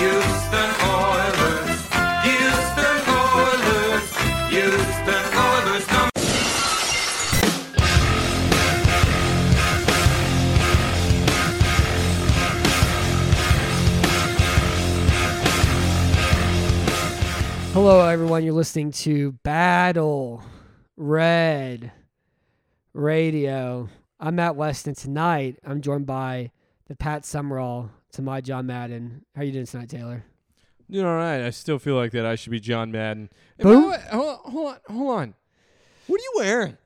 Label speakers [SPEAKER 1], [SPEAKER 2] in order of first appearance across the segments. [SPEAKER 1] Houston Oilers. Houston Oilers. Houston Oilers number
[SPEAKER 2] Hello, everyone. You're listening to Battle Red Radio. I'm Matt Weston. Tonight, I'm joined by the Pat Summerall to my John Madden. How you doing tonight, Taylor?
[SPEAKER 3] Doing all right. I still feel like that. I should be John Madden. Hey,
[SPEAKER 2] Boom.
[SPEAKER 3] by the way- Hold on, hold on, hold on. What are you wearing?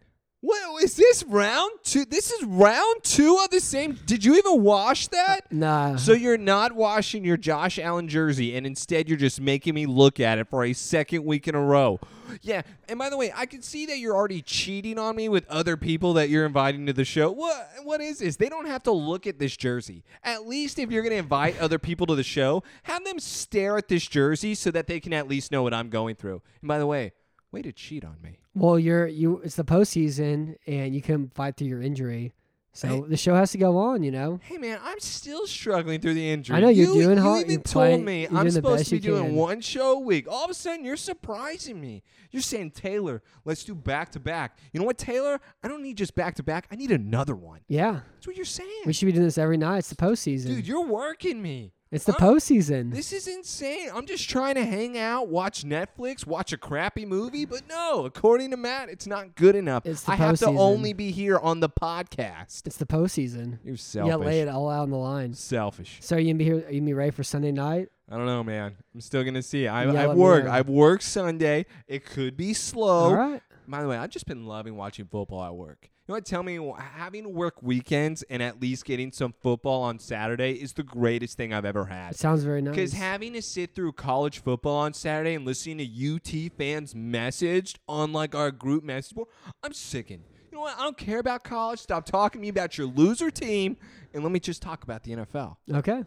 [SPEAKER 3] What is this round two? This is round two of the same. Did you even wash that?
[SPEAKER 2] Nah.
[SPEAKER 3] So you're not washing your Josh Allen jersey, and instead you're just making me look at it for a second week in a row. Yeah, and by the way, I can see that you're already cheating on me with other people that you're inviting to the show. What what is this? They don't have to look at this jersey. At least if you're gonna invite other people to the show, have them stare at this jersey so that they can at least know what I'm going through. And by the way, way to cheat on me.
[SPEAKER 2] well, you're you. It's the postseason, and you couldn't fight through your injury, so the show has to go on. You know.
[SPEAKER 3] Hey man, I'm still struggling through the injury.
[SPEAKER 2] I know you're
[SPEAKER 3] you,
[SPEAKER 2] doing
[SPEAKER 3] you
[SPEAKER 2] hard-
[SPEAKER 3] even
[SPEAKER 2] you're
[SPEAKER 3] told
[SPEAKER 2] playing-
[SPEAKER 3] me
[SPEAKER 2] you're doing
[SPEAKER 3] I'm
[SPEAKER 2] the
[SPEAKER 3] supposed
[SPEAKER 2] best
[SPEAKER 3] to be
[SPEAKER 2] you
[SPEAKER 3] doing
[SPEAKER 2] can.
[SPEAKER 3] one show a week. All of a sudden, you're surprising me. You're saying Taylor, let's do back to back. You know what, Taylor? I don't need just back to back. I need another one.
[SPEAKER 2] Yeah.
[SPEAKER 3] That's what you're saying,
[SPEAKER 2] We should be doing this every night. It's the postseason.
[SPEAKER 3] dude. You're working me.
[SPEAKER 2] it's the
[SPEAKER 3] I'm-
[SPEAKER 2] postseason.
[SPEAKER 3] This is insane. I'm just trying to hang out, watch Netflix, watch a crappy movie, but no. According to Matt, it's not good enough.
[SPEAKER 2] It's the
[SPEAKER 3] I have to
[SPEAKER 2] postseason.
[SPEAKER 3] only be here on the podcast.
[SPEAKER 2] it's the postseason.
[SPEAKER 3] You're
[SPEAKER 2] Yeah,
[SPEAKER 3] selfish.
[SPEAKER 2] lay it all out on the line.
[SPEAKER 3] selfish.
[SPEAKER 2] So are you gonna be here? Are you gonna be ready for Sunday night?
[SPEAKER 3] I don't know, man. I'm still gonna see. I,
[SPEAKER 2] Yell at
[SPEAKER 3] I've
[SPEAKER 2] me
[SPEAKER 3] worked.
[SPEAKER 2] later.
[SPEAKER 3] I've worked Sunday. It could be slow.
[SPEAKER 2] All right.
[SPEAKER 3] By the way, I've just been loving watching football at work. You know what? Tell me, wh- having to work weekends and at least getting some football on Saturday is the greatest thing I've ever had.
[SPEAKER 2] It sounds very nice.
[SPEAKER 3] Because having to sit through college football on Saturday and listening to UT fans messaged on like our group message board, I'm sickened. You know what? I don't care about college. Stop talking to me about your loser team, and let me just talk about the NFL.
[SPEAKER 2] Okay.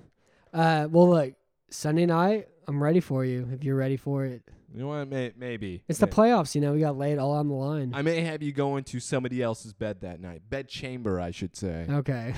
[SPEAKER 2] Uh, well, look, Sunday night, I'm ready for you if you're ready for it.
[SPEAKER 3] You know what? May- Maybe
[SPEAKER 2] It's the
[SPEAKER 3] May-
[SPEAKER 2] playoffs, you know. We got laid all on the line.
[SPEAKER 3] I may have you go into somebody else's bed that night. Bed chamber, I should say.
[SPEAKER 2] okay.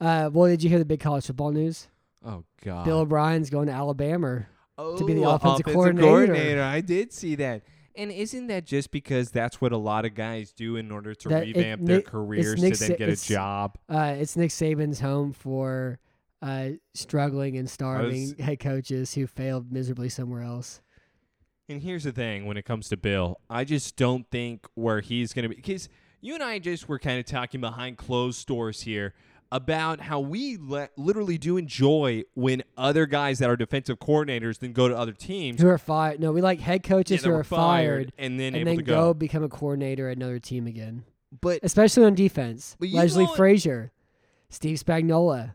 [SPEAKER 2] uh, well, did you hear the big college football news?
[SPEAKER 3] Oh God.
[SPEAKER 2] Bill O'Brien's going to Alabama.
[SPEAKER 3] oh,
[SPEAKER 2] to be the offensive coordinator.
[SPEAKER 3] I did see that. And isn't that just because that's what a lot of guys do in order to
[SPEAKER 2] That it-
[SPEAKER 3] revamp their
[SPEAKER 2] Nick- it's
[SPEAKER 3] careers
[SPEAKER 2] Nick
[SPEAKER 3] to then
[SPEAKER 2] Sa-
[SPEAKER 3] get a
[SPEAKER 2] it's-
[SPEAKER 3] job?
[SPEAKER 2] Uh, it's Nick Saban's home for uh, struggling and starving head coaches who failed miserably somewhere else.
[SPEAKER 3] And here's the thing when it comes to Bill, I just don't think where he's going to be. Because you and I just were kind of talking behind closed doors here about how we le- literally do enjoy when other guys that are defensive coordinators then go to other teams.
[SPEAKER 2] Who are fired? No, we like head coaches who
[SPEAKER 3] Yeah, that
[SPEAKER 2] are
[SPEAKER 3] were
[SPEAKER 2] fired,
[SPEAKER 3] and then
[SPEAKER 2] and
[SPEAKER 3] able
[SPEAKER 2] then
[SPEAKER 3] to
[SPEAKER 2] go.
[SPEAKER 3] go.
[SPEAKER 2] become a coordinator at another team again.
[SPEAKER 3] But
[SPEAKER 2] especially on defense.
[SPEAKER 3] But you
[SPEAKER 2] Leslie
[SPEAKER 3] know it-
[SPEAKER 2] Frazier, Steve Spagnuolo,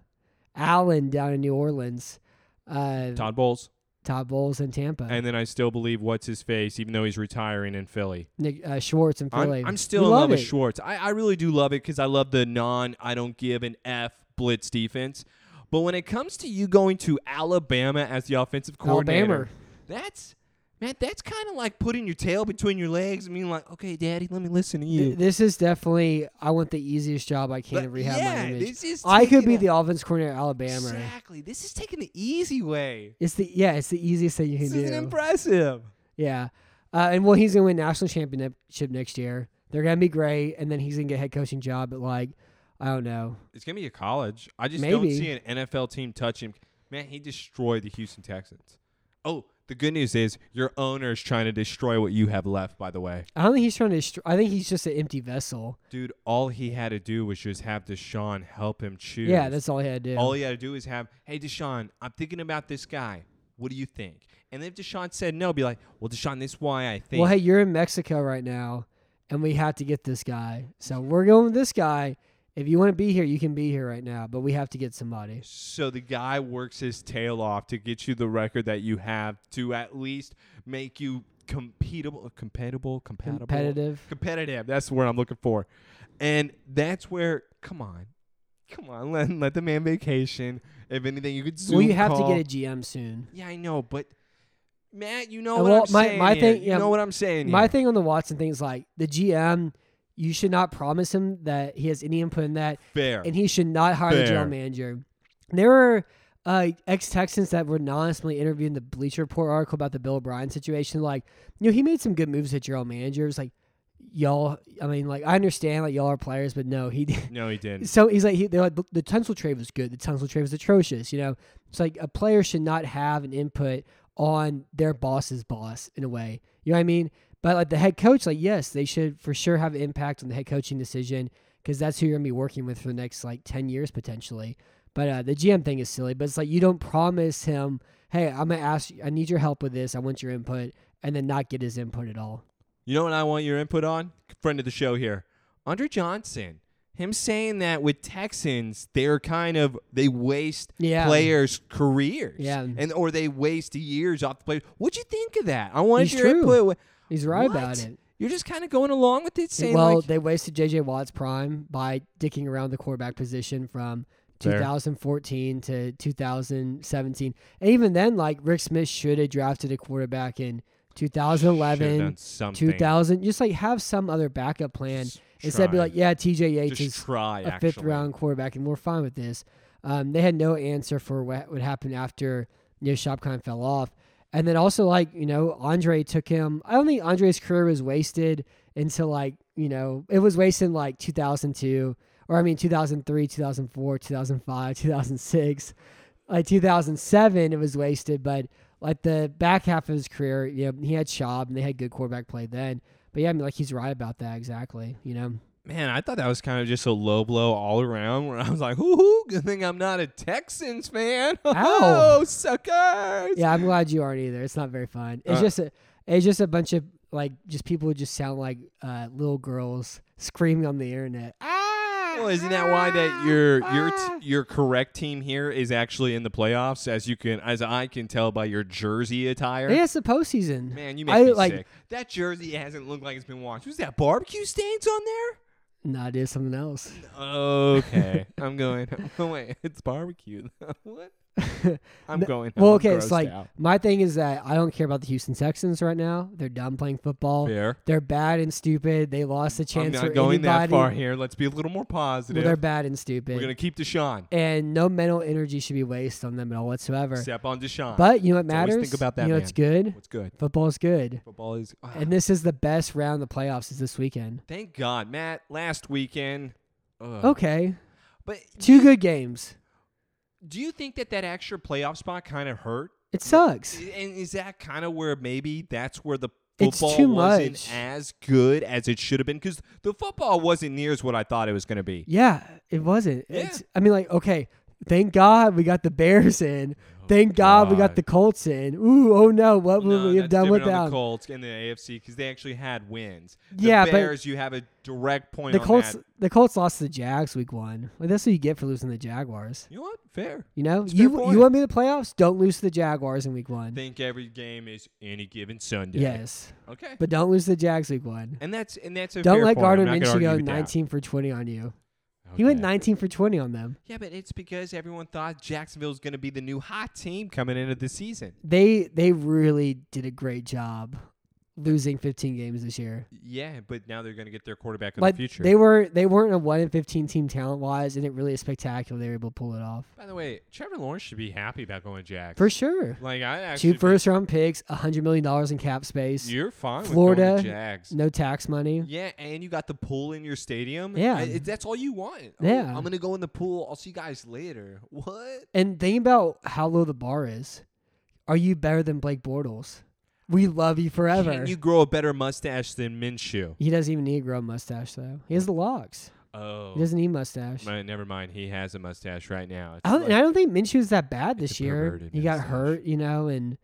[SPEAKER 2] Allen down in New Orleans, uh, Todd,
[SPEAKER 3] Todd Bowles,
[SPEAKER 2] Bowles in Tampa,
[SPEAKER 3] and then I still believe what's his face, even though he's retiring in Philly.
[SPEAKER 2] Nick, uh, Schwartz in
[SPEAKER 3] I'm,
[SPEAKER 2] Philly.
[SPEAKER 3] I'm still
[SPEAKER 2] We
[SPEAKER 3] in love with
[SPEAKER 2] it.
[SPEAKER 3] Schwartz. I, I really do love it because I love the non I don't give an F blitz defense. But when it comes to you going to Alabama as the offensive coordinator,
[SPEAKER 2] Alabama.
[SPEAKER 3] that's man, that's kind of like putting your tail between your legs and being like, "Okay, Daddy, let me listen to
[SPEAKER 2] Th-
[SPEAKER 3] you."
[SPEAKER 2] This is definitely. I want the easiest job I can
[SPEAKER 3] But
[SPEAKER 2] to rehab my
[SPEAKER 3] yeah,
[SPEAKER 2] image.
[SPEAKER 3] this is
[SPEAKER 2] I could be
[SPEAKER 3] taking
[SPEAKER 2] the offense coordinator at Alabama.
[SPEAKER 3] Exactly. This is taking the easy way.
[SPEAKER 2] It's the yeah. It's the easiest thing you can
[SPEAKER 3] This
[SPEAKER 2] do.
[SPEAKER 3] isn't impressive.
[SPEAKER 2] yeah, uh, and well, he's gonna win national championship next year. They're gonna be great, and then he's gonna get a head coaching job at like I don't know
[SPEAKER 3] It's gonna be a college. I just
[SPEAKER 2] Maybe.
[SPEAKER 3] don't see an NFL team touch him. Man, he destroyed the Houston Texans. Oh, the good news is your owner is trying to destroy what you have left. By the way,
[SPEAKER 2] I don't think he's trying to. Destro- I think he's just an empty vessel.
[SPEAKER 3] dude, all he had to do was just have Deshaun help him choose.
[SPEAKER 2] Yeah, that's all he had to do.
[SPEAKER 3] all he had to do is have. Hey, Deshaun, I'm thinking about this guy. What do you think? And if Deshaun said no, be like, well, Deshaun, this is why I think.
[SPEAKER 2] well, hey, you're in Mexico right now, and we have to get this guy. So we're going with this guy. If you want to be here, you can be here right now, but we have to get somebody.
[SPEAKER 3] So the guy works his tail off to get you the record that you have to at least make you competable, compatible, compatible,
[SPEAKER 2] Competitive.
[SPEAKER 3] competitive. That's the word I'm looking for. And that's where, come on, come on, let, let the man vacation. If anything, you could zoom.
[SPEAKER 2] well, you have
[SPEAKER 3] call.
[SPEAKER 2] to get a GM soon.
[SPEAKER 3] Yeah, I know, but Matt, you know
[SPEAKER 2] And
[SPEAKER 3] what
[SPEAKER 2] Uh, well,
[SPEAKER 3] I'm
[SPEAKER 2] my-
[SPEAKER 3] saying.
[SPEAKER 2] my
[SPEAKER 3] here.
[SPEAKER 2] thing-
[SPEAKER 3] you
[SPEAKER 2] yeah,
[SPEAKER 3] know what I'm saying.
[SPEAKER 2] My
[SPEAKER 3] here.
[SPEAKER 2] thing on the Watson thing is like the GM, you should not promise him that he has any input in that,
[SPEAKER 3] fair.
[SPEAKER 2] and he should not hire the
[SPEAKER 3] Fair.
[SPEAKER 2] general manager. There were uh, ex Texans that were anonymously interviewed in the Bleacher Report article about the Bill O'Brien situation. Like, you know, he made some good moves at general managers. Like, y'all, I mean, like, I understand like y'all are players, but no, he
[SPEAKER 3] no, he didn't.
[SPEAKER 2] So he's like, he, they're like, "Look, the Tunsil trade was good. The Tunsil trade was atrocious. You know, it's like a player should not have an input on their boss's boss in a way. You know what I mean? But like the head coach, like yes, they should for sure have an impact on the head coaching decision because that's who you're gonna be working with for the next like ten years potentially. But uh, the GM thing is silly. But it's like you don't promise him, hey, I'm gonna ask, I need your help with this. I want your input, and then not get his input at all.
[SPEAKER 3] You know what I want your input on? Friend of the show here, Andre Johnson. Him saying that with Texans, they're kind of they waste
[SPEAKER 2] Yeah.
[SPEAKER 3] players' careers,
[SPEAKER 2] Yeah.
[SPEAKER 3] and or they waste years off the players. What'd you think of that? I wanted
[SPEAKER 2] He's
[SPEAKER 3] your
[SPEAKER 2] true.
[SPEAKER 3] input.
[SPEAKER 2] He's right
[SPEAKER 3] What?
[SPEAKER 2] about it.
[SPEAKER 3] You're just kind of going along with it, saying
[SPEAKER 2] well,
[SPEAKER 3] like,
[SPEAKER 2] they wasted J.J. Watt's prime by dicking around the quarterback position from
[SPEAKER 3] Fair.
[SPEAKER 2] 2014 to 2017. And even then, like Rick Smith should have drafted a quarterback in
[SPEAKER 3] Should've done
[SPEAKER 2] 2011,
[SPEAKER 3] something.
[SPEAKER 2] 2000. Just like have some other backup plan
[SPEAKER 3] Just
[SPEAKER 2] instead of be
[SPEAKER 3] try.
[SPEAKER 2] like, yeah, T.J. Yates
[SPEAKER 3] Just
[SPEAKER 2] is
[SPEAKER 3] try.
[SPEAKER 2] a
[SPEAKER 3] actually.
[SPEAKER 2] fifth round quarterback, and we're fine with this. Um, they had no answer for what would happen after you know Shopkind fell off, and then also like you know Andre took him. I don't think Andre's career was wasted until like you know it was wasted in, like 2002 or I mean 2003, 2004, 2005, 2006, like 2007 it was wasted. But like the back half of his career, you know he had Schaub and they had good quarterback play then. But yeah, I mean like he's right about that exactly. You know.
[SPEAKER 3] Man, I thought that was kind of just a low blow all around. Where I was like, "Ooh, good thing I'm not a Texans fan."
[SPEAKER 2] Ow.
[SPEAKER 3] Oh, suckers!
[SPEAKER 2] Yeah, I'm glad you aren't either. It's not very fun. It's
[SPEAKER 3] Uh,
[SPEAKER 2] just a, it's just a bunch of like just people who just sound like uh, little girls screaming on the internet. Ah!
[SPEAKER 3] Well, isn't that why that your your t- your correct team here is actually in the playoffs, as you can as I can tell by your jersey attire?
[SPEAKER 2] Yeah, it's the postseason.
[SPEAKER 3] Man, you make
[SPEAKER 2] I,
[SPEAKER 3] me
[SPEAKER 2] like,
[SPEAKER 3] sick. That jersey hasn't looked like it's been washed. Was that barbecue stains on there?
[SPEAKER 2] No, it is something else.
[SPEAKER 3] Okay, I'm going. Oh wait, it's barbecue. what? I'm going.
[SPEAKER 2] Well,
[SPEAKER 3] I'm
[SPEAKER 2] okay, it's
[SPEAKER 3] grossed
[SPEAKER 2] like
[SPEAKER 3] out.
[SPEAKER 2] my thing is that I don't care about the Houston Texans right now. They're done playing football.
[SPEAKER 3] fair.
[SPEAKER 2] They're bad and stupid. They lost a
[SPEAKER 3] I'm
[SPEAKER 2] chance
[SPEAKER 3] not
[SPEAKER 2] for
[SPEAKER 3] going that
[SPEAKER 2] anybody.
[SPEAKER 3] far here. Let's be a little more
[SPEAKER 2] Well,
[SPEAKER 3] positive.
[SPEAKER 2] they're bad and
[SPEAKER 3] We're
[SPEAKER 2] stupid,
[SPEAKER 3] gonna keep Deshaun.
[SPEAKER 2] and no mental energy should be wasted on them at all whatsoever.
[SPEAKER 3] Step on Deshaun.
[SPEAKER 2] But you know what
[SPEAKER 3] Let's always
[SPEAKER 2] matters?
[SPEAKER 3] think about that,
[SPEAKER 2] You know
[SPEAKER 3] man.
[SPEAKER 2] it's good.
[SPEAKER 3] what's good?
[SPEAKER 2] Football's good.
[SPEAKER 3] Football is. ah.
[SPEAKER 2] And this is the best round of the playoffs is this weekend.
[SPEAKER 3] Thank God, Matt. Last weekend. Ugh.
[SPEAKER 2] Okay.
[SPEAKER 3] But
[SPEAKER 2] Two good games.
[SPEAKER 3] do you think that that extra playoff spot kind of hurt?
[SPEAKER 2] It sucks.
[SPEAKER 3] And is that kind of where maybe that's where the
[SPEAKER 2] It's
[SPEAKER 3] football
[SPEAKER 2] too
[SPEAKER 3] wasn't
[SPEAKER 2] much.
[SPEAKER 3] as good as it should have been? Because the football wasn't near as what I thought it was going to be.
[SPEAKER 2] Yeah, it wasn't. It's I mean like okay, thank God we got the Bears in. Thank God, we got
[SPEAKER 3] Oh God.
[SPEAKER 2] the Colts in. Ooh, oh no, what would
[SPEAKER 3] No,
[SPEAKER 2] we have
[SPEAKER 3] that's
[SPEAKER 2] done
[SPEAKER 3] different on
[SPEAKER 2] without?
[SPEAKER 3] the Colts and the AFC because they actually had wins. The
[SPEAKER 2] Yeah, but-
[SPEAKER 3] Bears, you have a direct point
[SPEAKER 2] The
[SPEAKER 3] on
[SPEAKER 2] Colts
[SPEAKER 3] that.
[SPEAKER 2] the Colts lost to the Jags week 1. Like that's what you get for losing to the Jaguars.
[SPEAKER 3] You know what? Fair.
[SPEAKER 2] You know?
[SPEAKER 3] It's a fair
[SPEAKER 2] You
[SPEAKER 3] point.
[SPEAKER 2] you want me the playoffs? Don't lose to the Jaguars in week 1.
[SPEAKER 3] Think every game is any given Sunday.
[SPEAKER 2] Yes.
[SPEAKER 3] Okay.
[SPEAKER 2] But don't lose to the Jags week 1.
[SPEAKER 3] and that's and that's a
[SPEAKER 2] Don't
[SPEAKER 3] fair
[SPEAKER 2] let
[SPEAKER 3] point.
[SPEAKER 2] Gardner
[SPEAKER 3] I'm not gonna
[SPEAKER 2] Minshew
[SPEAKER 3] argue
[SPEAKER 2] go
[SPEAKER 3] with that.
[SPEAKER 2] 19 for 20 on you. He went
[SPEAKER 3] Okay.
[SPEAKER 2] 19 for 20 on them.
[SPEAKER 3] Yeah, but it's because everyone thought Jacksonville was going to be the new hot team coming into the season.
[SPEAKER 2] They they really did a great job losing 15 games this year.
[SPEAKER 3] Yeah, but now they're going to get their quarterback of
[SPEAKER 2] Like
[SPEAKER 3] the future.
[SPEAKER 2] they were they weren't a 1 in 15 team talent wise and it really is spectacular they were able to pull it off.
[SPEAKER 3] By the way, Trevor Lawrence should be happy about going Jags.
[SPEAKER 2] For sure.
[SPEAKER 3] Like I actually
[SPEAKER 2] Two first round picks, 100 million dollars in cap space,
[SPEAKER 3] You're fine with
[SPEAKER 2] Florida,
[SPEAKER 3] going to Jags.
[SPEAKER 2] no tax money.
[SPEAKER 3] Yeah, and you got the pool in your stadium.
[SPEAKER 2] Yeah.
[SPEAKER 3] I- it- that's all you want. Oh,
[SPEAKER 2] Yeah.
[SPEAKER 3] I'm going to go in the pool. I'll see you guys later. What?
[SPEAKER 2] And think about how low the bar is. Are you better than Blake Bortles? We love you forever.
[SPEAKER 3] Can you grow a better mustache than Minshew?
[SPEAKER 2] he doesn't even need to grow a mustache though. He has the locks.
[SPEAKER 3] Oh.
[SPEAKER 2] He doesn't need mustache.
[SPEAKER 3] Mi- never mind. He has a mustache right now. It's
[SPEAKER 2] I don't,
[SPEAKER 3] like-
[SPEAKER 2] and I don't think Minshew's that bad
[SPEAKER 3] It's
[SPEAKER 2] this
[SPEAKER 3] a
[SPEAKER 2] year.
[SPEAKER 3] perverted
[SPEAKER 2] He got
[SPEAKER 3] mustache.
[SPEAKER 2] hurt, you know, and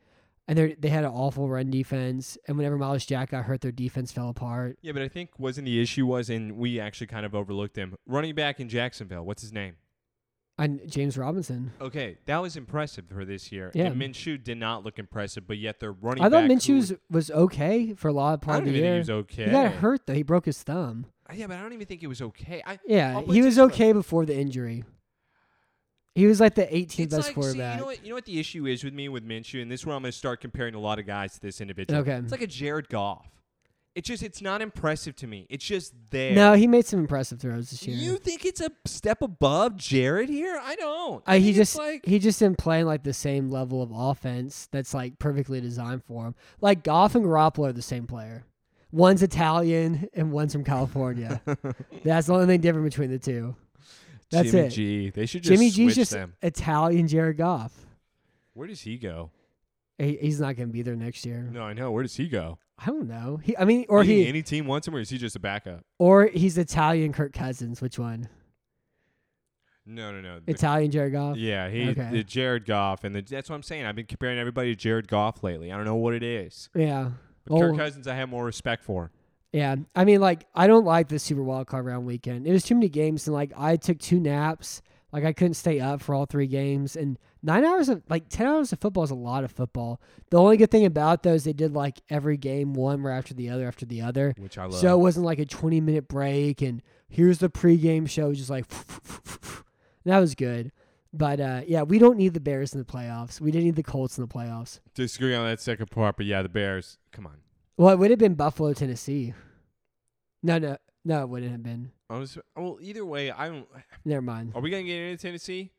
[SPEAKER 2] and they they had an awful run defense. And whenever Miles Jack got hurt, their defense fell apart.
[SPEAKER 3] Yeah, but I think wasn't the issue was, and we actually kind of overlooked him. Running back in Jacksonville, what's his name?
[SPEAKER 2] And James Robinson,
[SPEAKER 3] Okay, that was impressive for this year.
[SPEAKER 2] Yeah.
[SPEAKER 3] and Minshew did not look impressive, but yet they're running.
[SPEAKER 2] I thought
[SPEAKER 3] back who-
[SPEAKER 2] Minshew was okay for a lot of
[SPEAKER 3] I
[SPEAKER 2] part
[SPEAKER 3] don't
[SPEAKER 2] of the
[SPEAKER 3] even
[SPEAKER 2] year.
[SPEAKER 3] think he was okay.
[SPEAKER 2] He got hurt though. He broke his thumb.
[SPEAKER 3] Yeah, but I don't even think it was okay. I,
[SPEAKER 2] Yeah,
[SPEAKER 3] I'll put
[SPEAKER 2] he
[SPEAKER 3] it
[SPEAKER 2] was
[SPEAKER 3] this way.
[SPEAKER 2] okay before the injury. He was like the 18th
[SPEAKER 3] It's
[SPEAKER 2] best
[SPEAKER 3] like, See,
[SPEAKER 2] quarterback.
[SPEAKER 3] you know what? You know what the issue is with me with Minshew, and this is where I'm going to start comparing a lot of guys to this individual.
[SPEAKER 2] Okay.
[SPEAKER 3] It's like a Jared Goff. It's just it's not impressive to me. It's just there.
[SPEAKER 2] no, he made some impressive throws this year.
[SPEAKER 3] You think it's a step above Jared here? I don't.
[SPEAKER 2] Uh,
[SPEAKER 3] I
[SPEAKER 2] he
[SPEAKER 3] think it's
[SPEAKER 2] just
[SPEAKER 3] like
[SPEAKER 2] he just didn't play like the same level of offense that's like perfectly designed for him. Like Goff and Garoppolo are the same player. One's Italian and one's from California. that's the only thing different between the two. That's
[SPEAKER 3] Jimmy
[SPEAKER 2] it.
[SPEAKER 3] G. They should just
[SPEAKER 2] Jimmy
[SPEAKER 3] switch
[SPEAKER 2] G's just
[SPEAKER 3] them.
[SPEAKER 2] Italian Jared Goff.
[SPEAKER 3] Where does he go?
[SPEAKER 2] He, he's not going to be there next year.
[SPEAKER 3] No, I know. Where does he go?
[SPEAKER 2] I don't know. He, I mean, or
[SPEAKER 3] Do you think
[SPEAKER 2] he,
[SPEAKER 3] any team wants him, or is he just a backup?
[SPEAKER 2] or he's Italian Kirk Cousins. Which one?
[SPEAKER 3] No, no, no. The-
[SPEAKER 2] Italian Jared Goff.
[SPEAKER 3] yeah, he
[SPEAKER 2] Okay.
[SPEAKER 3] the Jared Goff, and the, that's what I'm saying. I've been comparing everybody to Jared Goff lately. I don't know what it is.
[SPEAKER 2] Yeah.
[SPEAKER 3] But
[SPEAKER 2] Oh.
[SPEAKER 3] Kirk Cousins, I have more respect for.
[SPEAKER 2] Yeah, I mean, like, I don't like the Super Wild Card round weekend. It was too many games, and like, I took two naps. Like, I couldn't stay up for all three games, and nine hours of like ten hours of football is a lot of football. The only good thing about those, they did like every game one right after the other after the other,
[SPEAKER 3] Which I love.
[SPEAKER 2] so it wasn't like a twenty minute break. And here's the pregame show, just like that was good. But uh, yeah, we don't need the Bears in the playoffs. We didn't need the Colts in the playoffs.
[SPEAKER 3] Disagree on that second part, but yeah, the Bears. Come on.
[SPEAKER 2] Well, it would have been Buffalo, Tennessee. No, no, no, it wouldn't have been.
[SPEAKER 3] I was, well, either way, I don't.
[SPEAKER 2] Never mind.
[SPEAKER 3] Are we gonna get into Tennessee?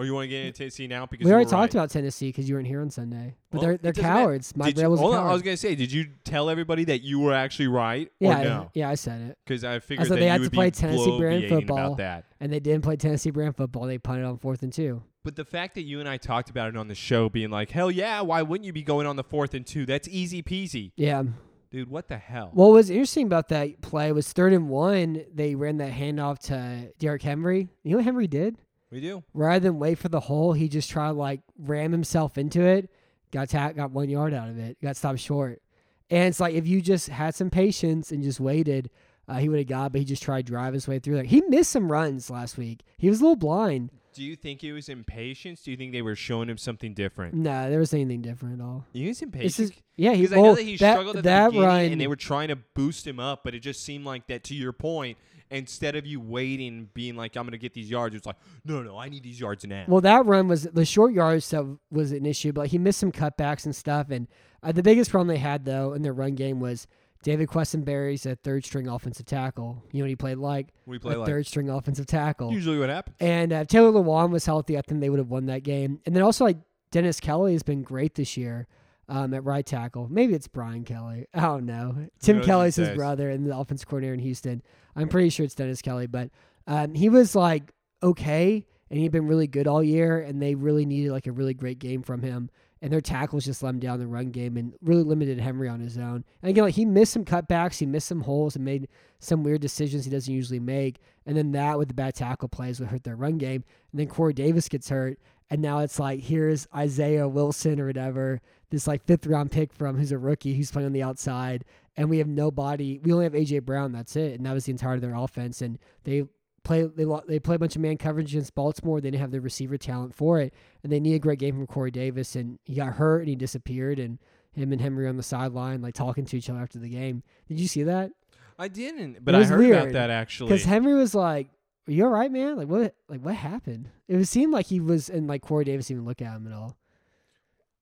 [SPEAKER 3] Or you want to get into Tennessee now? Because
[SPEAKER 2] We
[SPEAKER 3] you
[SPEAKER 2] already
[SPEAKER 3] were
[SPEAKER 2] talked
[SPEAKER 3] right.
[SPEAKER 2] about Tennessee because you weren't here on Sunday. But
[SPEAKER 3] Well,
[SPEAKER 2] they're
[SPEAKER 3] it
[SPEAKER 2] they're
[SPEAKER 3] doesn't matter.
[SPEAKER 2] cowards. Mike
[SPEAKER 3] Did you-
[SPEAKER 2] Vrabel was a
[SPEAKER 3] hold on,
[SPEAKER 2] coward.
[SPEAKER 3] I was gonna say, did you tell everybody that you were actually right
[SPEAKER 2] yeah,
[SPEAKER 3] or no?
[SPEAKER 2] yeah, I said it.
[SPEAKER 3] Because I figured
[SPEAKER 2] said
[SPEAKER 3] that
[SPEAKER 2] they
[SPEAKER 3] you
[SPEAKER 2] had to
[SPEAKER 3] would
[SPEAKER 2] play
[SPEAKER 3] be
[SPEAKER 2] Tennessee brand
[SPEAKER 3] bloviating
[SPEAKER 2] football.
[SPEAKER 3] about that.
[SPEAKER 2] And they didn't play Tennessee brand football. They punted on fourth and two.
[SPEAKER 3] But the fact that you and I talked about it on the show, being like, "Hell yeah, why wouldn't you be going on the fourth and two? That's easy peasy,
[SPEAKER 2] Yeah.
[SPEAKER 3] dude. What the hell?
[SPEAKER 2] What was interesting about that play was third and one. They ran that handoff to Derrick Henry. You know what Henry did?
[SPEAKER 3] we do?
[SPEAKER 2] Rather than wait for the hole, he just tried to like ram himself into it. Got tack, got one yard out of it. Got stopped short. And it's like if you just had some patience and just waited, uh, he would have got. But he just tried to drive his way through there. He missed some runs last week. He was a little blind.
[SPEAKER 3] Do you think it was impatience? Do you think they were showing him something different?
[SPEAKER 2] No, there was anything different at all.
[SPEAKER 3] He was
[SPEAKER 2] This
[SPEAKER 3] impatient.
[SPEAKER 2] is yeah. He,
[SPEAKER 3] Because
[SPEAKER 2] well,
[SPEAKER 3] I know that he
[SPEAKER 2] that,
[SPEAKER 3] struggled at
[SPEAKER 2] that
[SPEAKER 3] the beginning,
[SPEAKER 2] run,
[SPEAKER 3] and they were trying to boost him up, but it just seemed like that. To your point, instead of you waiting, and being like, "I'm going to get these yards," it's like, "No, no, I need these yards now."
[SPEAKER 2] Well, that run was the short yardage stuff was an issue, but he missed some cutbacks and stuff. And uh, the biggest problem they had though in their run game was David Questenberry's a third string offensive tackle. You know what he played like?
[SPEAKER 3] we play
[SPEAKER 2] a
[SPEAKER 3] like
[SPEAKER 2] third string offensive tackle.
[SPEAKER 3] usually what happens.
[SPEAKER 2] And uh, if Taylor Lewan was healthy, I think they would have won that game. And then also like Dennis Kelly has been great this year um, at right tackle. Maybe it's Brian Kelly. I don't know. Tim
[SPEAKER 3] knows
[SPEAKER 2] Kelly's
[SPEAKER 3] these
[SPEAKER 2] his
[SPEAKER 3] days?
[SPEAKER 2] brother and the offensive coordinator in Houston. I'm pretty sure it's Dennis Kelly, but um, he was like okay, and he'd been really good all year, and they really needed like a really great game from him. And their tackles just let him down the run game and really limited Henry on his own. And again, like he missed some cutbacks, he missed some holes, and made some weird decisions he doesn't usually make. And then that with the bad tackle plays would hurt their run game. And then Corey Davis gets hurt, and now it's like here's Isaiah Wilson or whatever, this like fifth round pick from who's a rookie who's playing on the outside, and we have nobody. We only have AJ Brown. That's it, and that was the entirety of their offense. And they play they lo- they play a bunch of man coverage against Baltimore. They didn't have the receiver talent for it, and they need a great game from Corey Davis. And he got hurt and he disappeared. And him and Henry on the sideline, like talking to each other after the game. Did you see that?
[SPEAKER 3] I didn't, but
[SPEAKER 2] It
[SPEAKER 3] I
[SPEAKER 2] was
[SPEAKER 3] heard about
[SPEAKER 2] weird,
[SPEAKER 3] that actually.
[SPEAKER 2] Because Henry was like, "Are you all right, man? Like what? Like what happened?" It was, seemed like he was, and like Corey Davis didn't even look at him at all.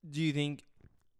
[SPEAKER 3] Do you think?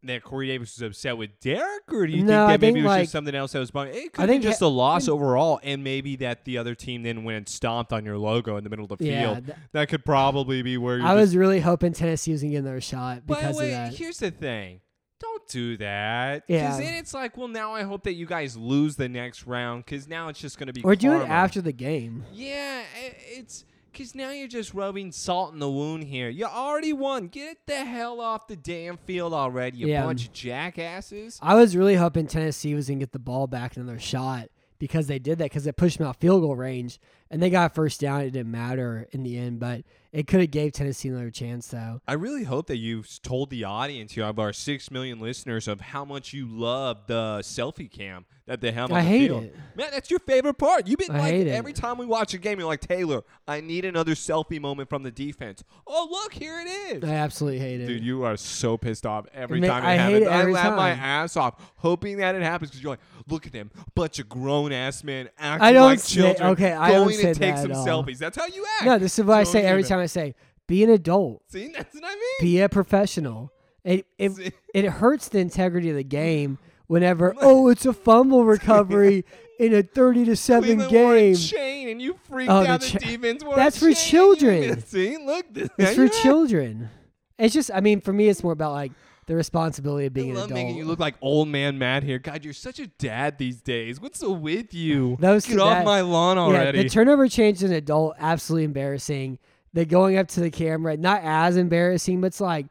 [SPEAKER 3] That Corey Davis was upset with Derek, or do you
[SPEAKER 2] No, I
[SPEAKER 3] think that maybe
[SPEAKER 2] think,
[SPEAKER 3] it was
[SPEAKER 2] like-
[SPEAKER 3] just something else that was bugging? It
[SPEAKER 2] I
[SPEAKER 3] could be
[SPEAKER 2] think
[SPEAKER 3] just
[SPEAKER 2] he-
[SPEAKER 3] a loss overall, and maybe that the other team then went and stomped on your logo in the middle of the
[SPEAKER 2] Yeah,
[SPEAKER 3] field.
[SPEAKER 2] th-
[SPEAKER 3] that could probably be where you're
[SPEAKER 2] I
[SPEAKER 3] just
[SPEAKER 2] was really hoping Tennessee was gonna get another shot
[SPEAKER 3] But
[SPEAKER 2] because
[SPEAKER 3] wait,
[SPEAKER 2] of that.
[SPEAKER 3] here's the thing. Don't do that.
[SPEAKER 2] Yeah.
[SPEAKER 3] Because then it's like, well, now I hope that you guys lose the next round because now it's just going to be.
[SPEAKER 2] or do it
[SPEAKER 3] karma.
[SPEAKER 2] after the game.
[SPEAKER 3] Yeah, i- it's because now you're just rubbing salt in the wound here. You already won. Get the hell off the damn field already, you
[SPEAKER 2] Yeah.
[SPEAKER 3] bunch of jackasses.
[SPEAKER 2] I was really hoping Tennessee was going to get the ball back in their shot because they did that because it pushed them out field goal range and they got a first down. It didn't matter in the end, but it could have gave Tennessee another chance though.
[SPEAKER 3] I really hope that you've told the audience here of our six million listeners of how much you love the selfie cam that they have on
[SPEAKER 2] I
[SPEAKER 3] the
[SPEAKER 2] hate
[SPEAKER 3] field.
[SPEAKER 2] it.
[SPEAKER 3] Man, that's your favorite part. You've been
[SPEAKER 2] I
[SPEAKER 3] like
[SPEAKER 2] hate it.
[SPEAKER 3] every time we watch a game, you're like Taylor. I need another selfie moment from the defense. Oh look, here it is.
[SPEAKER 2] I absolutely hate it.
[SPEAKER 3] Dude, you are so pissed off every
[SPEAKER 2] Ma-
[SPEAKER 3] time it
[SPEAKER 2] I hate
[SPEAKER 3] happens.
[SPEAKER 2] it every
[SPEAKER 3] I laugh my
[SPEAKER 2] time.
[SPEAKER 3] ass off, hoping that it happens because you're like, Look at them, bunch of grown ass men acting
[SPEAKER 2] I don't
[SPEAKER 3] like
[SPEAKER 2] say-
[SPEAKER 3] children.
[SPEAKER 2] okay, I don't
[SPEAKER 3] going
[SPEAKER 2] say
[SPEAKER 3] to take
[SPEAKER 2] that
[SPEAKER 3] some
[SPEAKER 2] at all.
[SPEAKER 3] selfies. That's how you act.
[SPEAKER 2] No, this is what I
[SPEAKER 3] So
[SPEAKER 2] say every
[SPEAKER 3] even.
[SPEAKER 2] time I say, be an adult,
[SPEAKER 3] See, that's what I mean.
[SPEAKER 2] be a professional. It
[SPEAKER 3] See?
[SPEAKER 2] it, it hurts the integrity of the game whenever oh it's a fumble recovery in a thirty to seven
[SPEAKER 3] Cleveland wore a
[SPEAKER 2] game.
[SPEAKER 3] chain and you freaked
[SPEAKER 2] Oh, the
[SPEAKER 3] out. The,
[SPEAKER 2] cha-
[SPEAKER 3] defense wore a
[SPEAKER 2] That's for
[SPEAKER 3] chain.
[SPEAKER 2] children.
[SPEAKER 3] See, look, this
[SPEAKER 2] It's
[SPEAKER 3] how
[SPEAKER 2] for
[SPEAKER 3] you act.
[SPEAKER 2] children. It's just I mean for me it's more about like the responsibility of
[SPEAKER 3] I
[SPEAKER 2] being an
[SPEAKER 3] love
[SPEAKER 2] adult.
[SPEAKER 3] making you look like old man Matt here. God, you're such a dad these days. What's with you?
[SPEAKER 2] Those
[SPEAKER 3] Get off
[SPEAKER 2] that-
[SPEAKER 3] my lawn already.
[SPEAKER 2] Yeah, the turnover change as an adult, absolutely embarrassing. The going up to the camera, not as embarrassing, but it's like,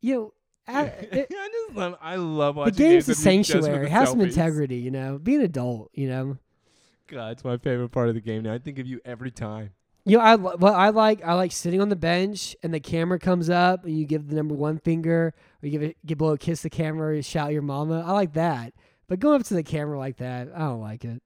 [SPEAKER 2] you know, a- it-
[SPEAKER 3] I just love. I love
[SPEAKER 2] the
[SPEAKER 3] watching
[SPEAKER 2] game's a
[SPEAKER 3] games with you just for
[SPEAKER 2] sanctuary.
[SPEAKER 3] the
[SPEAKER 2] Have some
[SPEAKER 3] selfies.
[SPEAKER 2] integrity, you know. Be an adult, you know.
[SPEAKER 3] God, it's my favorite part of the game now. I think of you every time.
[SPEAKER 2] You know, I li- what I like, I like sitting on the bench and the camera comes up and you give the number one finger or you give it, give a little kiss the camera or you shout your mama. I like that. But going up to the camera like that, I don't like it.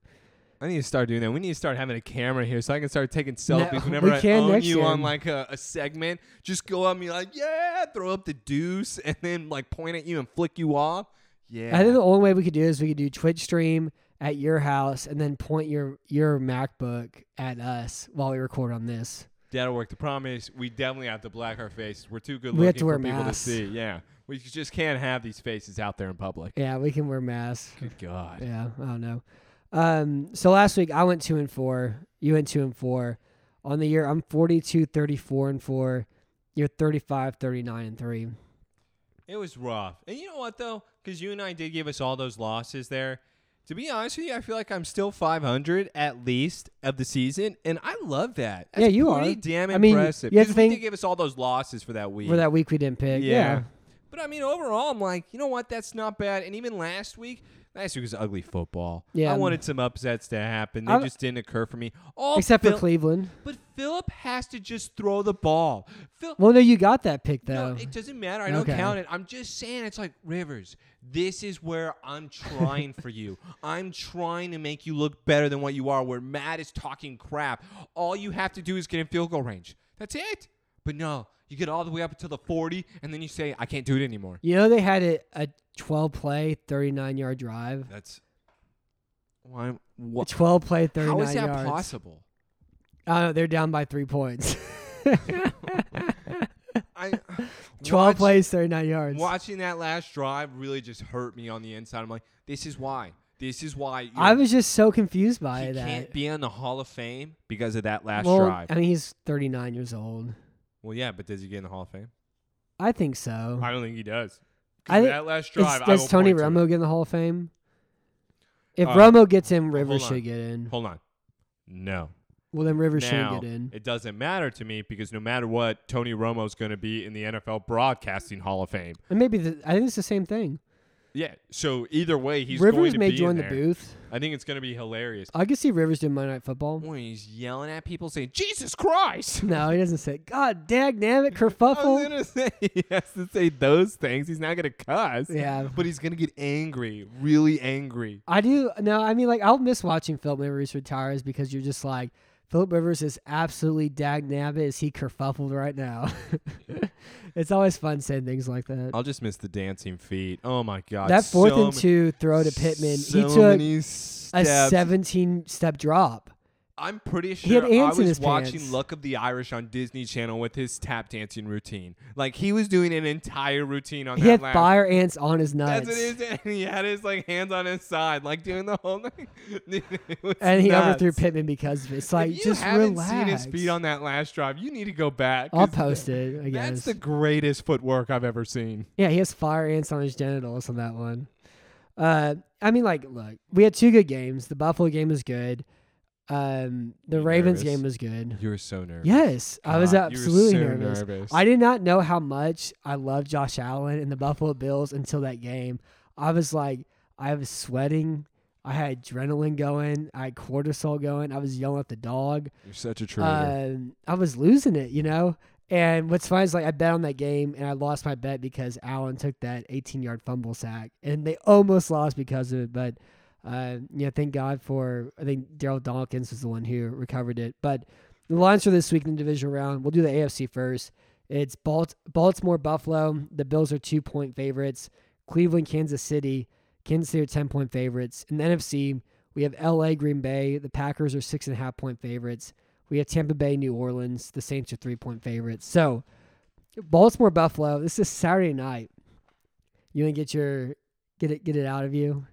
[SPEAKER 3] I need to start doing that. We need to start having a camera here so I can start taking selfies whenever
[SPEAKER 2] we
[SPEAKER 3] I
[SPEAKER 2] can
[SPEAKER 3] own
[SPEAKER 2] next
[SPEAKER 3] you on
[SPEAKER 2] year.
[SPEAKER 3] like a, a segment. Just go up and be like, yeah, throw up the deuce, and then like point at you and flick you off. Yeah.
[SPEAKER 2] I think the only way we could do is we could do Twitch stream at your house and then point your your MacBook at us while we record on this.
[SPEAKER 3] That'll work. The problem is we definitely have to black our faces. We're too good
[SPEAKER 2] We have
[SPEAKER 3] looking
[SPEAKER 2] to wear
[SPEAKER 3] for people to
[SPEAKER 2] masks.
[SPEAKER 3] see. Yeah. We just can't have these faces out there in public.
[SPEAKER 2] Yeah, we can wear masks.
[SPEAKER 3] Good God.
[SPEAKER 2] Yeah, I don't know. Um, so last week I went two and four. You went two and four. On the year, I'm 42, 34 and four. You're 35, 39 and three.
[SPEAKER 3] It was rough. And you know what though? Because you and I did give us all those losses there. To be honest with you, I feel like I'm still 500 at least of the season, and I love that. That's
[SPEAKER 2] Yeah, you
[SPEAKER 3] pretty
[SPEAKER 2] are.
[SPEAKER 3] damn
[SPEAKER 2] I mean,
[SPEAKER 3] impressive.
[SPEAKER 2] you have to
[SPEAKER 3] 'Cause we
[SPEAKER 2] think-
[SPEAKER 3] did give us all those losses for that week.
[SPEAKER 2] For that week we didn't pick. Yeah.
[SPEAKER 3] But I mean, overall, I'm like, you know what? That's not bad. And even last week, last week was ugly football.
[SPEAKER 2] Yeah.
[SPEAKER 3] I wanted some upsets to happen. They
[SPEAKER 2] I'm-
[SPEAKER 3] just didn't occur for me. All
[SPEAKER 2] Except for
[SPEAKER 3] Oh, Phil-
[SPEAKER 2] Cleveland.
[SPEAKER 3] But Philip has to just throw the ball. Phil,
[SPEAKER 2] Well, no, you got that pick
[SPEAKER 3] no,
[SPEAKER 2] though.
[SPEAKER 3] it doesn't matter. I don't
[SPEAKER 2] Okay.
[SPEAKER 3] count it. I'm just saying it's like Rivers. This is where I'm trying for you. I'm trying to make you look better than what you are. Where Matt is talking crap. All you have to do is get in field goal range. That's it. But no, you get all the way up to the 40, and then you say, "I can't do it anymore."
[SPEAKER 2] you know they had a, a 12 play, 39 yard drive.
[SPEAKER 3] That's why.
[SPEAKER 2] A
[SPEAKER 3] What?
[SPEAKER 2] 12 play, 39
[SPEAKER 3] How is that
[SPEAKER 2] yards.
[SPEAKER 3] possible?
[SPEAKER 2] I don't know. Uh, They're down by three points.
[SPEAKER 3] I
[SPEAKER 2] 12
[SPEAKER 3] watch-
[SPEAKER 2] plays, 39 yards.
[SPEAKER 3] Watching that last drive really just hurt me on the inside. I'm like, this is why. This is why you
[SPEAKER 2] I was just so confused by
[SPEAKER 3] he
[SPEAKER 2] that.
[SPEAKER 3] can't be on the Hall of Fame because of that last
[SPEAKER 2] well,
[SPEAKER 3] drive.
[SPEAKER 2] I mean, he's 39 years old.
[SPEAKER 3] well, yeah, but does he get in the Hall of Fame?
[SPEAKER 2] I think so.
[SPEAKER 3] I don't think he does. 'Cause
[SPEAKER 2] I think-
[SPEAKER 3] that last
[SPEAKER 2] Is-
[SPEAKER 3] drive, I
[SPEAKER 2] does
[SPEAKER 3] will
[SPEAKER 2] Tony
[SPEAKER 3] point to it.
[SPEAKER 2] Romo get in the Hall of Fame? If
[SPEAKER 3] Uh,
[SPEAKER 2] Romo gets in, Rivers
[SPEAKER 3] hold on.
[SPEAKER 2] should get in.
[SPEAKER 3] Hold on, no.
[SPEAKER 2] Well, then Rivers
[SPEAKER 3] Now
[SPEAKER 2] should get in.
[SPEAKER 3] it doesn't matter to me because no matter what, Tony Romo's going to be in the NFL Broadcasting Hall of Fame.
[SPEAKER 2] And maybe the, I think it's the same thing.
[SPEAKER 3] Yeah, so either way, he's going
[SPEAKER 2] Rivers
[SPEAKER 3] to
[SPEAKER 2] may
[SPEAKER 3] be
[SPEAKER 2] join
[SPEAKER 3] in
[SPEAKER 2] the
[SPEAKER 3] there.
[SPEAKER 2] booth.
[SPEAKER 3] I think it's going to be hilarious.
[SPEAKER 2] I could see Rivers doing Monday Night Football.
[SPEAKER 3] When he's yelling at people, saying "Jesus Christ."
[SPEAKER 2] No, he doesn't say. God, dag nabbit,
[SPEAKER 3] I was
[SPEAKER 2] kerfuffle.
[SPEAKER 3] gonna say he has to say those things. He's not gonna cuss.
[SPEAKER 2] Yeah.
[SPEAKER 3] But he's gonna get angry, really angry.
[SPEAKER 2] I do. No, I mean, like, I'll miss watching Philip Rivers retires because you're just like, Philip Rivers is absolutely dag nabbit. Is he kerfuffled right now? it's always fun saying things like that.
[SPEAKER 3] I'll just miss the dancing feet. Oh my Oh, god.
[SPEAKER 2] that fourth
[SPEAKER 3] so
[SPEAKER 2] and
[SPEAKER 3] ma-
[SPEAKER 2] two throw to Pittman,
[SPEAKER 3] So
[SPEAKER 2] he took
[SPEAKER 3] many
[SPEAKER 2] a
[SPEAKER 3] steps.
[SPEAKER 2] 17 step drop.
[SPEAKER 3] I'm pretty sure
[SPEAKER 2] He had
[SPEAKER 3] I
[SPEAKER 2] ants
[SPEAKER 3] was
[SPEAKER 2] in his
[SPEAKER 3] watching
[SPEAKER 2] pants.
[SPEAKER 3] Luck of the Irish on Disney Channel with his tap dancing routine. Like he was doing an entire routine on
[SPEAKER 2] He
[SPEAKER 3] that
[SPEAKER 2] had
[SPEAKER 3] lap.
[SPEAKER 2] fire ants on his nuts.
[SPEAKER 3] That's what it is, and he had his like hands on his side, like doing the whole thing. It was
[SPEAKER 2] And he overthrew
[SPEAKER 3] nuts.
[SPEAKER 2] Pittman because of it. It's like,
[SPEAKER 3] if you
[SPEAKER 2] just
[SPEAKER 3] haven't
[SPEAKER 2] relax.
[SPEAKER 3] seen his feet on that last drive, you need to go back.
[SPEAKER 2] I'll
[SPEAKER 3] 'cause
[SPEAKER 2] post it, I
[SPEAKER 3] That's
[SPEAKER 2] guess.
[SPEAKER 3] the greatest footwork I've ever seen.
[SPEAKER 2] yeah, he has fire ants on his genitals on that one. Uh, I mean, like, look, we had two good games. The Buffalo game was good. Um, the
[SPEAKER 3] You
[SPEAKER 2] Ravens
[SPEAKER 3] nervous?
[SPEAKER 2] game was good.
[SPEAKER 3] You were so nervous.
[SPEAKER 2] Yes, I was
[SPEAKER 3] God, you were
[SPEAKER 2] absolutely
[SPEAKER 3] so
[SPEAKER 2] nervous.
[SPEAKER 3] nervous.
[SPEAKER 2] I did not know how much I loved Josh Allen and the Buffalo Bills until that game. I was like, I was sweating. I had adrenaline going. I had cortisol going. I was yelling at the dog.
[SPEAKER 3] You're such a traitor.
[SPEAKER 2] Um, I was losing it, you know. And what's funny is like I bet on that game and I lost my bet because Allen took that 18 yard fumble sack and they almost lost because of it. But uh, you know, thank God for I think Daryl Dawkins was the one who recovered it. But the lines for this week in the division round, we'll do the AFC first. It's Balt- Baltimore, Buffalo. The Bills are two point favorites. Cleveland, Kansas City. Kansas City are 10 point favorites. In the NFC, we have LA, Green Bay. The Packers are six and a half point favorites. We have Tampa Bay, New Orleans. The Saints are three point favorites. So, Baltimore, Buffalo. This is Saturday night. You want to get your get it get it out of you.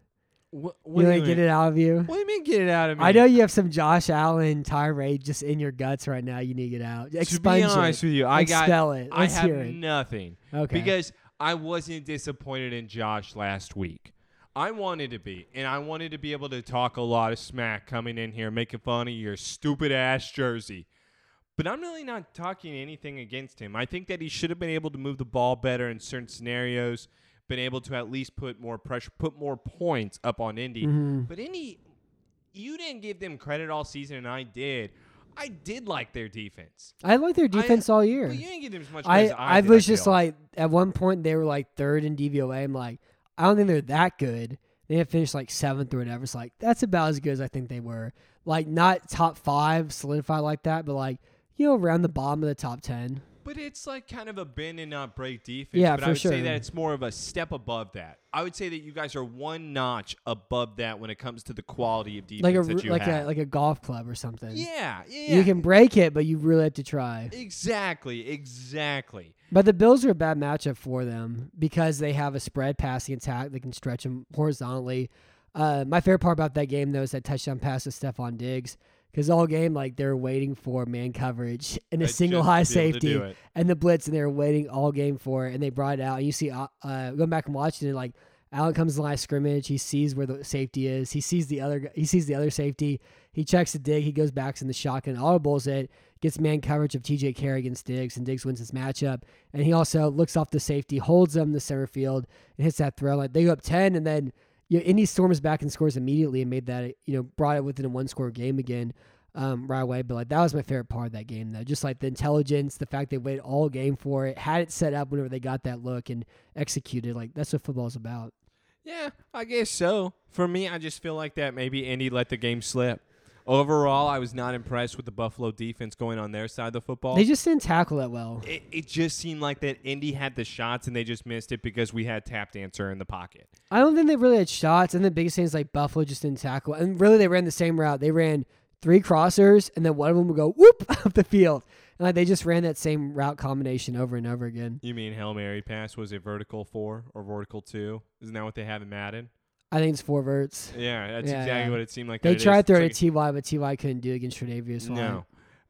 [SPEAKER 3] What,
[SPEAKER 2] You want to get it out of you.
[SPEAKER 3] What do you mean get it out of me?
[SPEAKER 2] I know you have some Josh Allen tirade just in your guts right now. You need to get out.
[SPEAKER 3] To
[SPEAKER 2] Expunge
[SPEAKER 3] be honest
[SPEAKER 2] it.
[SPEAKER 3] with you, I got
[SPEAKER 2] Expel it.
[SPEAKER 3] I
[SPEAKER 2] Let's
[SPEAKER 3] have
[SPEAKER 2] hear it.
[SPEAKER 3] nothing
[SPEAKER 2] Okay.
[SPEAKER 3] because I wasn't disappointed in Josh last week. I wanted to be, and I wanted to be able to talk a lot of smack coming in here, making fun of your stupid ass jersey. But I'm really not talking anything against him. I think that he should have been able to move the ball better in certain scenarios, been able to at least put more pressure, put more points up on Indy.
[SPEAKER 2] Mm-hmm.
[SPEAKER 3] But Indy, you didn't give them credit all season, and I did. I did like their defense.
[SPEAKER 2] I like their
[SPEAKER 3] I-
[SPEAKER 2] defense all year.
[SPEAKER 3] But you didn't give them as much.
[SPEAKER 2] I,
[SPEAKER 3] credit as
[SPEAKER 2] I
[SPEAKER 3] did,
[SPEAKER 2] was just
[SPEAKER 3] feel.
[SPEAKER 2] like at one point they were like third in DVOA. I'm like, I don't think they're that good. They had finished like seventh or whatever. It's like that's about as good as I think they were. Like not top five solidified like that, but like you know around the bottom of the top ten.
[SPEAKER 3] But it's like kind of a bend and not break defense.
[SPEAKER 2] Yeah,
[SPEAKER 3] but
[SPEAKER 2] for
[SPEAKER 3] I would
[SPEAKER 2] sure.
[SPEAKER 3] say that it's more of a step above that. I would say that you guys are one notch above that when it comes to the quality of defense
[SPEAKER 2] Like a
[SPEAKER 3] that you
[SPEAKER 2] like
[SPEAKER 3] have.
[SPEAKER 2] a like a golf club or something.
[SPEAKER 3] yeah, yeah.
[SPEAKER 2] You can break it, but you really have to try.
[SPEAKER 3] exactly, exactly.
[SPEAKER 2] But the Bills are a bad matchup for them because they have a spread passing attack that can stretch them horizontally. Uh, my favorite part about that game, though, is that touchdown pass to Stephon Diggs because all game, like, they're waiting for man coverage and a
[SPEAKER 3] They
[SPEAKER 2] single
[SPEAKER 3] just
[SPEAKER 2] high
[SPEAKER 3] be able to do
[SPEAKER 2] safety
[SPEAKER 3] it.
[SPEAKER 2] and the blitz, and they're waiting all game for it, and they brought it out. And you see, uh, uh, going back and watching it, like, Allen comes to the line of scrimmage. He sees where the safety is. He sees the other. gu- He sees the other safety. He checks the dig. He goes back in the shotgun, audibles it, gets man coverage of T.J. Carr against Diggs, and Diggs wins his matchup. And he also looks off the safety, holds them in the center field, and hits that throw. Like they go up ten, and then you know, Indy storms back and scores immediately, and made that you know brought it within a one score game again um, right away. But like that was my favorite part of that game, though. Just like the intelligence, the fact they waited all game for it, had it set up whenever they got that look and executed. Like that's what football's about.
[SPEAKER 3] Yeah, I guess so. For me, I just feel like that maybe Indy let the game slip. Overall, I was not impressed with the Buffalo defense going on their side of the football.
[SPEAKER 2] They just didn't tackle that well.
[SPEAKER 3] it, it just seemed like that Indy had the shots and they just missed it because we had tap dancer in the pocket.
[SPEAKER 2] I don't think they really had shots. And the biggest thing is like Buffalo just didn't tackle. And really, they ran the same route. They ran three crossers, and then one of them would go whoop up the field. And like they just ran that same route combination over and over again.
[SPEAKER 3] You mean Hail Mary pass? Was it vertical four or vertical two? Isn't that what they have in Madden?
[SPEAKER 2] I think it's four verts.
[SPEAKER 3] Yeah, that's
[SPEAKER 2] Yeah,
[SPEAKER 3] exactly
[SPEAKER 2] yeah.
[SPEAKER 3] what it seemed like.
[SPEAKER 2] They
[SPEAKER 3] that it is.
[SPEAKER 2] tried throwing a
[SPEAKER 3] It's
[SPEAKER 2] TY, but TY couldn't do it against Tre'Davious
[SPEAKER 3] like-
[SPEAKER 2] White.
[SPEAKER 3] No.